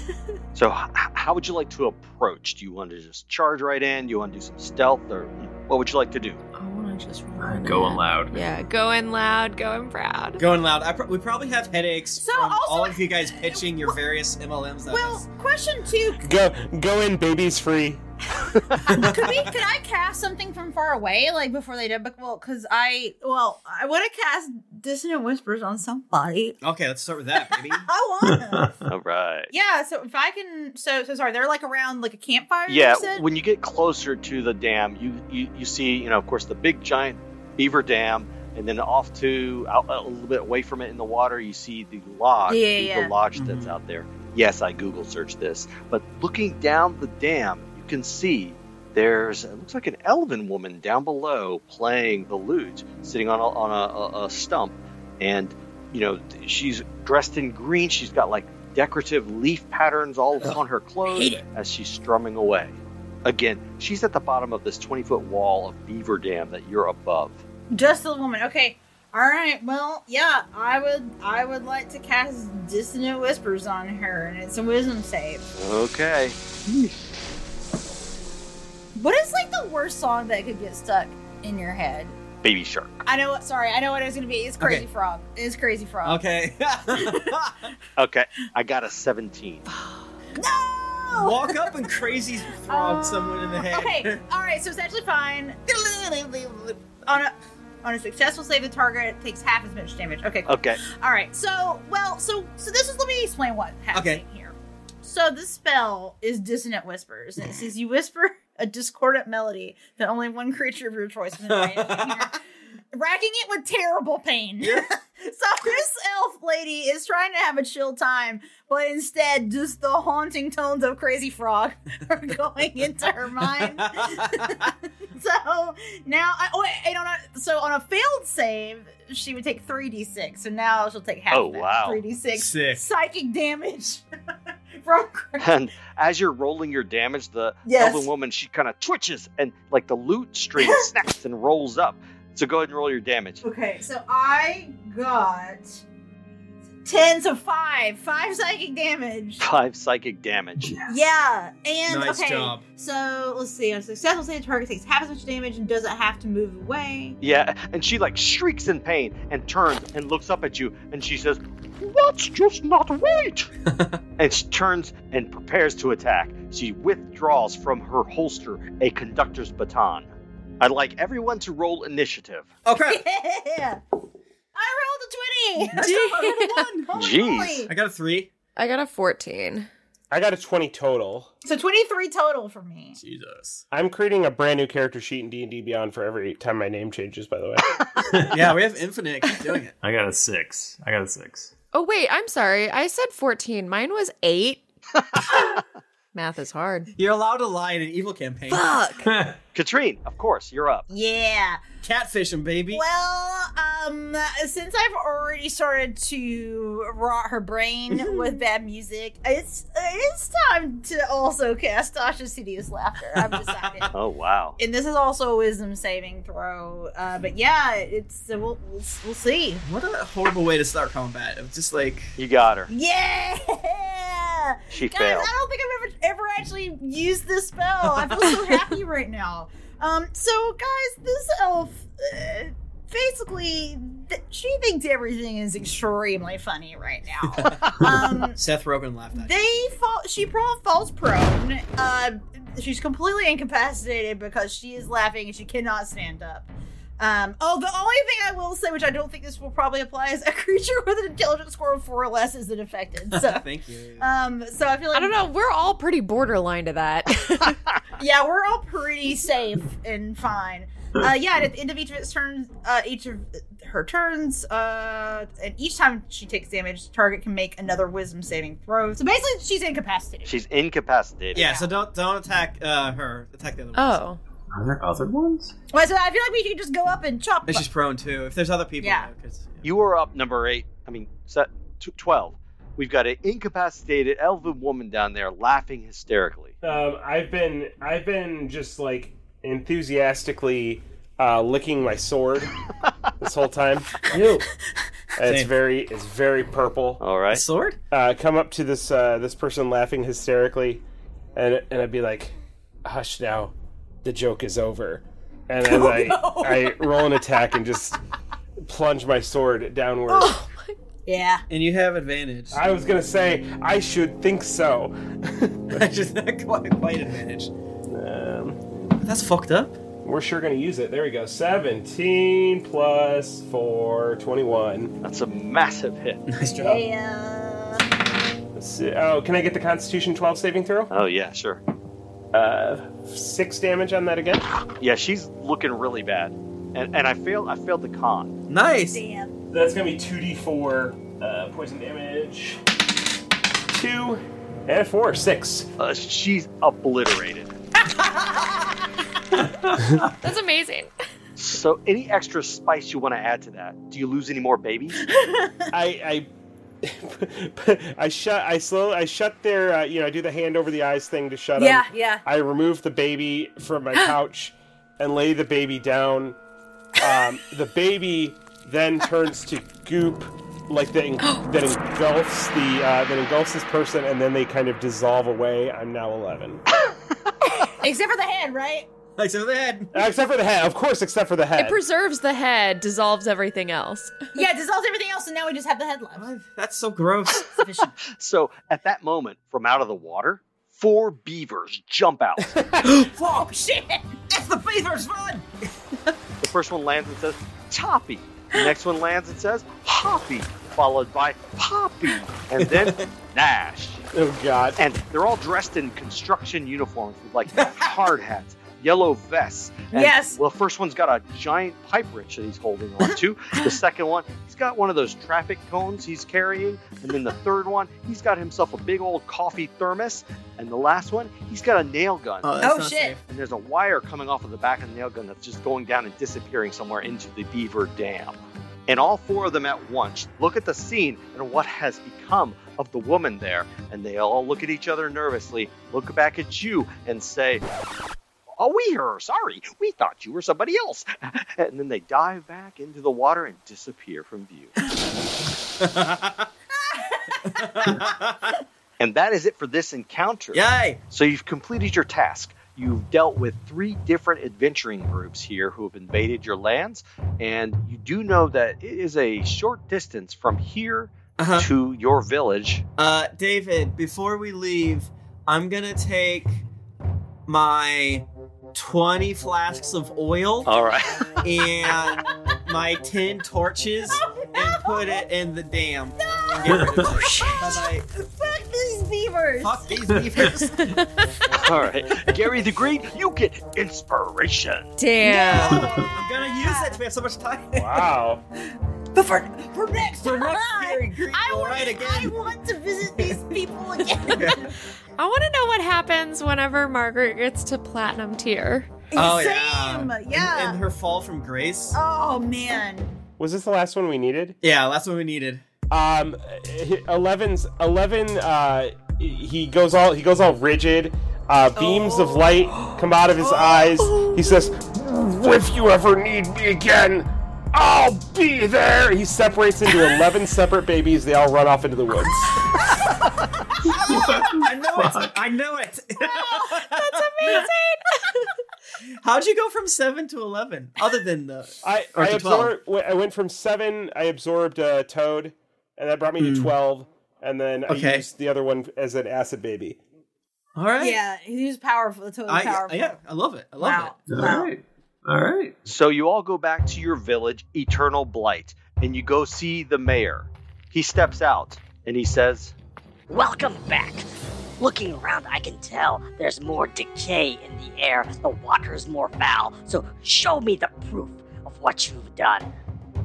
Speaker 4: So, h- how would you like to approach? Do you want to just charge right in? Do you want to do some stealth, or what would you like to do?
Speaker 12: I want to just
Speaker 4: Going loud.
Speaker 12: Yeah, going loud, going proud.
Speaker 2: Going loud. I pro- we probably have headaches from all of you guys pitching your various MLMs. At us.
Speaker 6: Well, question two:
Speaker 7: Go, go in, babies free.
Speaker 6: Could we? Could I cast something from far away, like before they did? But well, because I, well, I want to cast dissonant whispers on somebody.
Speaker 2: okay, let's start with that, baby.
Speaker 6: I want.
Speaker 4: All right.
Speaker 6: Yeah. So if I can, so so sorry. They're like around like a campfire. you
Speaker 4: Yeah,
Speaker 6: said?
Speaker 4: when you get closer to the dam, you, you you see, you know, of course, the big giant beaver dam, and then off to out, a little bit away from it in the water, you see the lodge,
Speaker 14: Yeah,
Speaker 4: the,
Speaker 14: yeah.
Speaker 4: the lodge that's out there. Yes, I Google searched this, but looking down the dam, you can see there's it looks like an elven woman down below playing the lute, sitting on a, on a, a, a stump, and you know she's dressed in green. She's got like decorative leaf patterns all on her clothes as she's strumming away. Again, she's at the bottom of this 20 foot wall of beaver dam that you're above.
Speaker 6: Just the woman. Okay. All right. Well, yeah. I would. I would like to cast dissonant whispers on her, and it's a wisdom save.
Speaker 4: Okay.
Speaker 6: What is like the worst song that could get stuck in your head?
Speaker 4: baby shark.
Speaker 6: I know. Sorry, I know what it was going to be. It's crazy
Speaker 4: Okay.
Speaker 6: frog. It's crazy frog.
Speaker 2: Okay.
Speaker 4: Okay, I got a 17.
Speaker 2: Walk up and crazy frog someone in the head.
Speaker 6: Uh, Okay. All right. So it's actually fine. on a on a successful save, the target takes half as much damage. Okay. Cool.
Speaker 4: Okay.
Speaker 6: All right. So well. So so this is. Let me explain what happened.
Speaker 2: Okay.
Speaker 6: So this spell is dissonant whispers, and it says you whisper a discordant melody that only one creature of your choice can hear, racking it with terrible pain. so this elf lady is trying to have a chill time, but instead, just the haunting tones of Crazy Frog are going into her mind. so now, I, oh, and on a, so on a failed save, she would take three d six. So now she'll take half.
Speaker 4: Oh, wow.
Speaker 6: Three d six
Speaker 4: Sick.
Speaker 6: psychic damage from
Speaker 4: And as you're rolling your damage, the
Speaker 6: Yes.
Speaker 4: elven woman she kind of twitches and like the loot string snaps and rolls up. So go ahead and roll your damage.
Speaker 6: Okay, so I got ten to five, five psychic damage.
Speaker 4: Five psychic damage.
Speaker 6: Yeah, and
Speaker 4: Nice
Speaker 6: okay.
Speaker 4: job.
Speaker 6: So let's see. On a successful save, the target takes half as much damage and doesn't have to move away.
Speaker 4: Yeah, and she like shrieks in pain and turns and looks up at you and she says, That's just not right! and she turns and prepares to attack. She withdraws from her holster a conductor's baton. I'd like everyone to roll initiative.
Speaker 2: Okay.
Speaker 6: Yeah. I rolled a twenty.
Speaker 4: Jeez.
Speaker 2: I got a three.
Speaker 5: I got a 14.
Speaker 7: I got a 20 total.
Speaker 6: So twenty-three total for me.
Speaker 2: Jesus.
Speaker 7: I'm creating a brand new character sheet in D&D Beyond for every time my name changes, by the way.
Speaker 2: yeah, we have infinite. Keep doing it.
Speaker 9: I got a six. I got a six.
Speaker 5: Oh, wait, I'm sorry. I said 14. Mine was 8. Math is hard.
Speaker 2: You're allowed to lie in an evil campaign.
Speaker 4: Fuck. Katrine, of course, you're up.
Speaker 6: Yeah.
Speaker 2: Catfishing, baby.
Speaker 6: Well, um, since I've already started to rot her brain with bad music, it's it's time to also cast Tasha's hideous laughter. I've decided,
Speaker 4: Oh wow.
Speaker 6: and this is also a wisdom saving throw. Uh, but yeah, it's uh, we'll, we'll we'll see.
Speaker 2: What a horrible way to start combat. It was just like
Speaker 4: you got her.
Speaker 6: Yeah.
Speaker 4: She
Speaker 6: Guys,
Speaker 2: failed.
Speaker 6: I don't think I've ever, ever actually used this spell. I feel so happy right now. Um, so guys, this elf, uh, basically, th- she thinks everything is extremely funny right now. Um,
Speaker 2: Seth Rogen laughed at.
Speaker 6: They fall. She pro- falls prone. Uh, she's completely incapacitated because she is laughing and she cannot stand up. Um, oh, the only thing I will say, which I don't think this will probably apply, is a creature with an intelligence score of four or less isn't affected. So,
Speaker 2: Thank you.
Speaker 6: um, so I feel like
Speaker 5: I don't know. We're all pretty borderline to that.
Speaker 6: yeah, we're all pretty safe and fine. Uh, yeah, and at the end of each of its turns, uh, each of her turns, uh, and each time she takes damage, target can make another Wisdom saving throw. So basically, she's incapacitated.
Speaker 4: She's incapacitated.
Speaker 2: Yeah, so don't don't attack uh, her. Attack the other one.
Speaker 5: Oh,
Speaker 9: Are there other ones?
Speaker 6: Well, so I feel like we could just go up and chop.
Speaker 2: And she's prone too. If there's other people,
Speaker 6: Yeah.
Speaker 2: though, 'cause-
Speaker 4: You are up number eight. I mean, set t- twelve. We've got an incapacitated elven woman down there laughing hysterically.
Speaker 7: Um, I've been I've been just like enthusiastically uh, licking my sword this whole time. Ew. It's
Speaker 2: Same.
Speaker 7: very it's very purple.
Speaker 4: All right.
Speaker 2: sword.
Speaker 7: Uh, come up to this uh, this person laughing hysterically, and and I'd be like, "Hush now, the joke is over." And then
Speaker 6: Oh,
Speaker 7: I
Speaker 6: no.
Speaker 7: I roll an attack and just plunge my sword downward.
Speaker 6: Oh. Yeah.
Speaker 2: and you have advantage.
Speaker 7: I was gonna say I should think so.
Speaker 2: Just not quite, quite advantage.
Speaker 7: Um,
Speaker 2: That's fucked up.
Speaker 7: We're sure gonna use it. There we go. Seventeen plus four, 21.
Speaker 4: That's a massive hit.
Speaker 2: Nice
Speaker 7: job. Let's see. Oh, can I get the Constitution twelve saving throw?
Speaker 4: Oh yeah, sure.
Speaker 7: Uh, six damage on that again.
Speaker 4: Yeah, she's looking really bad, and and I failed. I failed the con.
Speaker 2: Nice.
Speaker 6: Damn.
Speaker 7: That's gonna be two d four uh, poison damage. Two and four, six.
Speaker 4: Uh, she's obliterated.
Speaker 5: that's amazing.
Speaker 4: So, any extra spice you want to add to that? Do you lose any more babies?
Speaker 7: I, I, I shut. I slow. I shut their. Uh, you know, I do the hand over the eyes thing to shut 'em.
Speaker 6: Yeah, yeah.
Speaker 7: I remove the baby from my couch and lay the baby down. Um, the baby then turns to goop, like that, en- that engulfs the uh, that engulfs this person, and then they kind of dissolve away. I'm now eleven.
Speaker 6: Except for the head, right?
Speaker 2: Except for the head.
Speaker 7: Except for the head, of course. Except for the head.
Speaker 15: It preserves the head, dissolves everything else.
Speaker 6: Yeah, it dissolves everything else, and now we just have the head left.
Speaker 2: That's so gross.
Speaker 4: so at that moment, from out of the water, four beavers jump out.
Speaker 6: Fuck, Oh, shit! It's the Beaver's Run!
Speaker 4: The first one lands and says, Toppy. The next one lands and says, Hoppy. Followed by Poppy. And then Nash.
Speaker 7: Oh, God.
Speaker 4: And they're all dressed in construction uniforms with like hard hats, yellow vests. And,
Speaker 6: Yes.
Speaker 4: Well, the first one's got a giant pipe wrench that he's holding on to. The second one, he's got one of those traffic cones he's carrying. And then the third one, he's got himself a big old coffee thermos. And the last one, he's got a nail gun.
Speaker 6: Oh, that's Oh, not shit. safe.
Speaker 4: And there's a wire coming off of the back of the nail gun that's just going down and disappearing somewhere into the beaver dam. And all four of them at once look at the scene and what has become of the woman there. And they all look at each other nervously, look back at you, and say, Oh, we are sorry. We thought you were somebody else. And then they dive back into the water and disappear from view. and that is it for this encounter.
Speaker 2: Yay!
Speaker 4: So you've completed your task. You've dealt with three different adventuring groups here who have invaded your lands, and you do know that it is a short distance from here to your village.
Speaker 2: Uh, David, before we leave, I'm gonna take my 20 flasks of oil.
Speaker 4: All right.
Speaker 2: and my 10 torches
Speaker 6: Oh,
Speaker 2: and put it in the dam. No! Get rid of it. Bye-bye.
Speaker 6: Fuck these beavers!
Speaker 2: Fuck these beavers!
Speaker 4: All right. Gary the Green, you get inspiration.
Speaker 2: Damn. I'm gonna use it. We have so much time.
Speaker 7: Wow.
Speaker 6: But for, for next
Speaker 2: For next
Speaker 6: time, I, want, I want to visit these people again.
Speaker 15: I want to know what happens whenever Margaret gets to platinum tier.
Speaker 2: Oh,
Speaker 6: Same,
Speaker 2: And-
Speaker 6: yeah.
Speaker 2: and her fall from grace.
Speaker 6: Oh man.
Speaker 7: Was this the last one we needed?
Speaker 2: Yeah, last one we needed.
Speaker 7: Um, h- eleven's eleven. Uh, he goes all he goes all rigid. Uh, beams of light come out of his eyes.
Speaker 2: Oh.
Speaker 7: He says, "If you ever need me again, I'll be there." He separates into eleven separate babies. They all run off into the woods.
Speaker 2: I know it. I know it. that's amazing. How'd you go from seven to eleven? Other than the
Speaker 7: I,
Speaker 2: or
Speaker 7: I
Speaker 2: to 12?
Speaker 7: absorbed. I went from seven. I absorbed uh, Toad, and that brought me to
Speaker 2: Hmm.
Speaker 7: twelve. And then I
Speaker 2: Okay.
Speaker 7: used the other one as an acid baby.
Speaker 2: All right.
Speaker 6: Yeah, he's powerful. Totally
Speaker 2: I-
Speaker 6: powerful.
Speaker 2: yeah, I love it. I
Speaker 6: love wow.
Speaker 4: All right. All right. So you all go back to your village, Eternal Blight, and you go see the mayor. He steps out and he says,
Speaker 8: Welcome back. Looking around, I can tell there's more decay in the air. The water's more foul. So show me the proof of what you've done.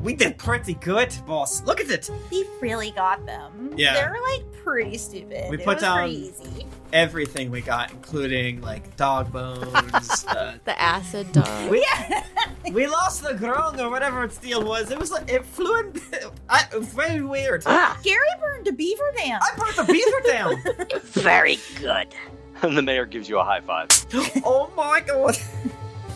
Speaker 2: We did pretty good, boss. Look at it.
Speaker 6: He really got them.
Speaker 2: Yeah.
Speaker 6: They're like pretty stupid.
Speaker 2: We
Speaker 6: It
Speaker 2: put
Speaker 6: was
Speaker 2: down-
Speaker 6: pretty easy.
Speaker 2: Everything we got, including like dog bones. uh,
Speaker 12: The acid dog.
Speaker 2: we, we lost the grung or whatever its deal was. It was like it flew in. I, it was very weird.
Speaker 6: Gary burned a beaver dam.
Speaker 2: I burned the beaver down.
Speaker 8: Very good.
Speaker 4: and the mayor gives you a high five.
Speaker 2: oh my god.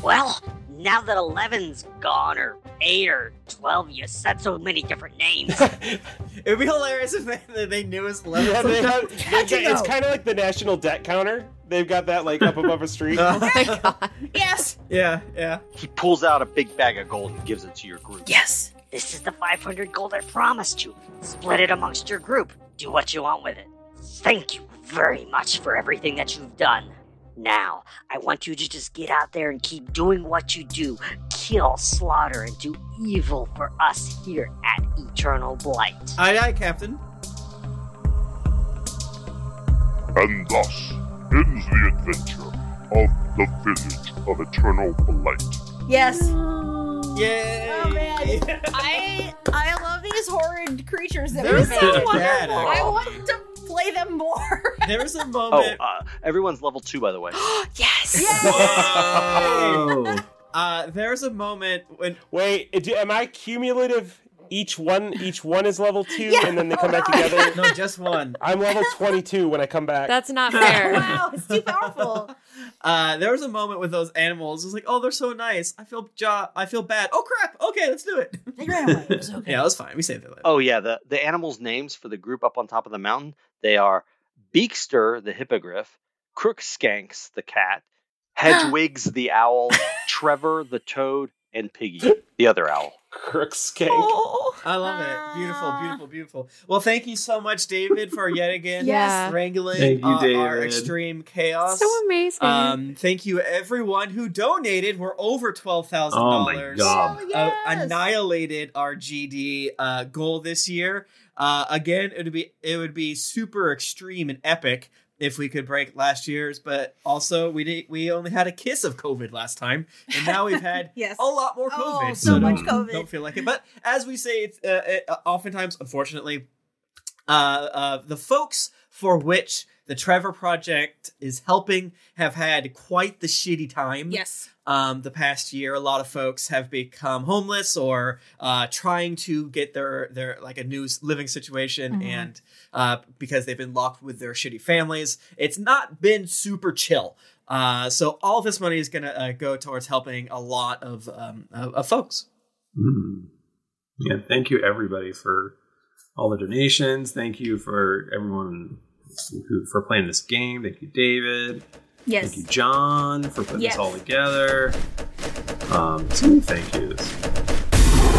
Speaker 8: Well, now that 11's gone, or 8 or 12, you said so many different names.
Speaker 2: It'd be hilarious if they, they knew his level.
Speaker 7: Yeah, they have, they got- it's kind of like the national debt counter. They've got that like up above a street.
Speaker 6: Yes.
Speaker 2: Yeah, yeah.
Speaker 4: He pulls out a big bag of gold and gives it to your group.
Speaker 6: Yes.
Speaker 8: This is the 500 gold I promised you. Split it amongst your group. Do what you want with it. Thank you very much for everything that you've done. Now, I want you to just get out there and keep doing what you do kill, slaughter, and do evil for us here at Eternal Blight.
Speaker 2: Aye, aye, Captain.
Speaker 16: And thus ends the adventure of the Village of Eternal Blight.
Speaker 6: Yes.
Speaker 2: Yay.
Speaker 6: Oh man. I I love these horrid creatures that
Speaker 4: They're
Speaker 6: we
Speaker 4: so
Speaker 6: made.
Speaker 4: bad, actually.
Speaker 6: I want to play them more.
Speaker 2: There was a
Speaker 4: Oh,
Speaker 2: moment.
Speaker 4: uh, everyone's level two, by the way.
Speaker 6: yes.
Speaker 2: Uh, there's a moment when.
Speaker 7: Wait, do, am I cumulative? Each one, each one is level two, and then they come back together.
Speaker 2: No, just one.
Speaker 7: I'm level twenty-two when I come back.
Speaker 15: That's not fair.
Speaker 6: wow, it's too powerful.
Speaker 2: Uh, there was a moment with those animals. It was like, oh, they're so nice. I feel jo- I feel bad. Oh crap. Okay, let's do it.
Speaker 6: They ran away. It was okay.
Speaker 2: Yeah, it was fine. We saved it. Later.
Speaker 4: Oh yeah, the the animals' names for the group up on top of the mountain they are Beakster the hippogriff, Crook Skanks the cat, Hedwigs the owl, Trevor the toad, and Piggy the other owl.
Speaker 7: Crooks cake.
Speaker 2: Oh, I love it. Beautiful, beautiful, beautiful. Well, thank you so much, David, for yet again
Speaker 15: Yeah.
Speaker 2: strangling
Speaker 9: Thank you,
Speaker 2: uh, our
Speaker 9: David.
Speaker 2: extreme chaos.
Speaker 15: So amazing.
Speaker 2: Um, thank you, everyone who donated. We're over twelve thousand dollars. Uh,
Speaker 9: Oh my God.
Speaker 2: annihilated our GD uh, goal this year. Uh, again, it would be it would be super extreme and epic if we could break last year's, but also we did, we only had a kiss of COVID last time, and now we've had
Speaker 6: yes.
Speaker 2: a lot more COVID.
Speaker 6: Oh, so much
Speaker 2: don't,
Speaker 6: COVID.
Speaker 2: Don't feel like it. But as we say, it's, uh, uh oftentimes, unfortunately, uh, uh, the folks for which the Trevor Project is helping have had quite the shitty time.
Speaker 6: Yes.
Speaker 2: Um, the past year, a lot of folks have become homeless or uh, trying to get their their like a new s- living situation,
Speaker 6: Mhm.
Speaker 2: and uh, because they've been locked with their shitty families, it's not been super chill. Uh, so all this money is gonna uh, go towards helping a lot of um, of, of folks.
Speaker 9: Mm. Yeah, thank you everybody for all the donations. Thank you for everyone who for playing this game. Thank you, David.
Speaker 6: Yes.
Speaker 9: Thank you, John, for putting
Speaker 6: Yes.
Speaker 9: this all together. Um, so many thank yous.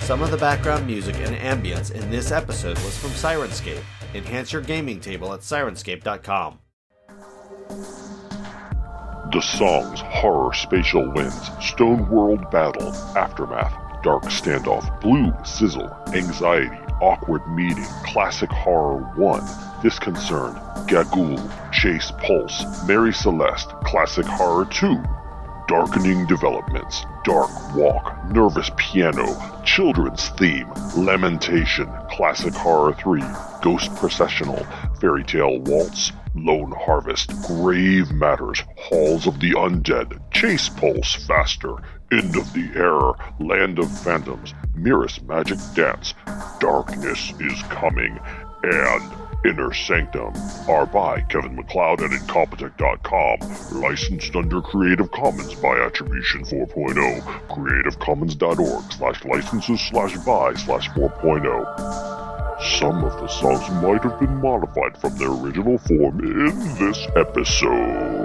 Speaker 1: Some of the background music and ambience in this episode was from Sirenscape. Enhance your gaming table at sirenscape.com.
Speaker 16: The songs Horror Spatial Lens, Stone World Battle, Aftermath, Dark Standoff, Blue, Sizzle, Anxiety, Awkward Meeting, Classic Horror 1, Disconcern, Gagool, Chase Pulse, Mary Celeste, Classic Horror 2, Darkening Developments, Dark Walk, Nervous Piano, Children's Theme, Lamentation, Classic Horror 3, Ghost Processional, Fairy Tale Waltz, Lone Harvest, Grave Matters, Halls of the Undead, Chase Pulse Faster, End of the Error, Land of Phantoms, Mirror's Magic Dance, Darkness is Coming, and Inner Sanctum are by Kevin McLeod at Incompetech.com. Licensed under Creative Commons by Attribution oh, 4.0. CreativeCommons.org slash licenses slash by slash 4.0. Some of the songs might have been modified from their original form in this episode.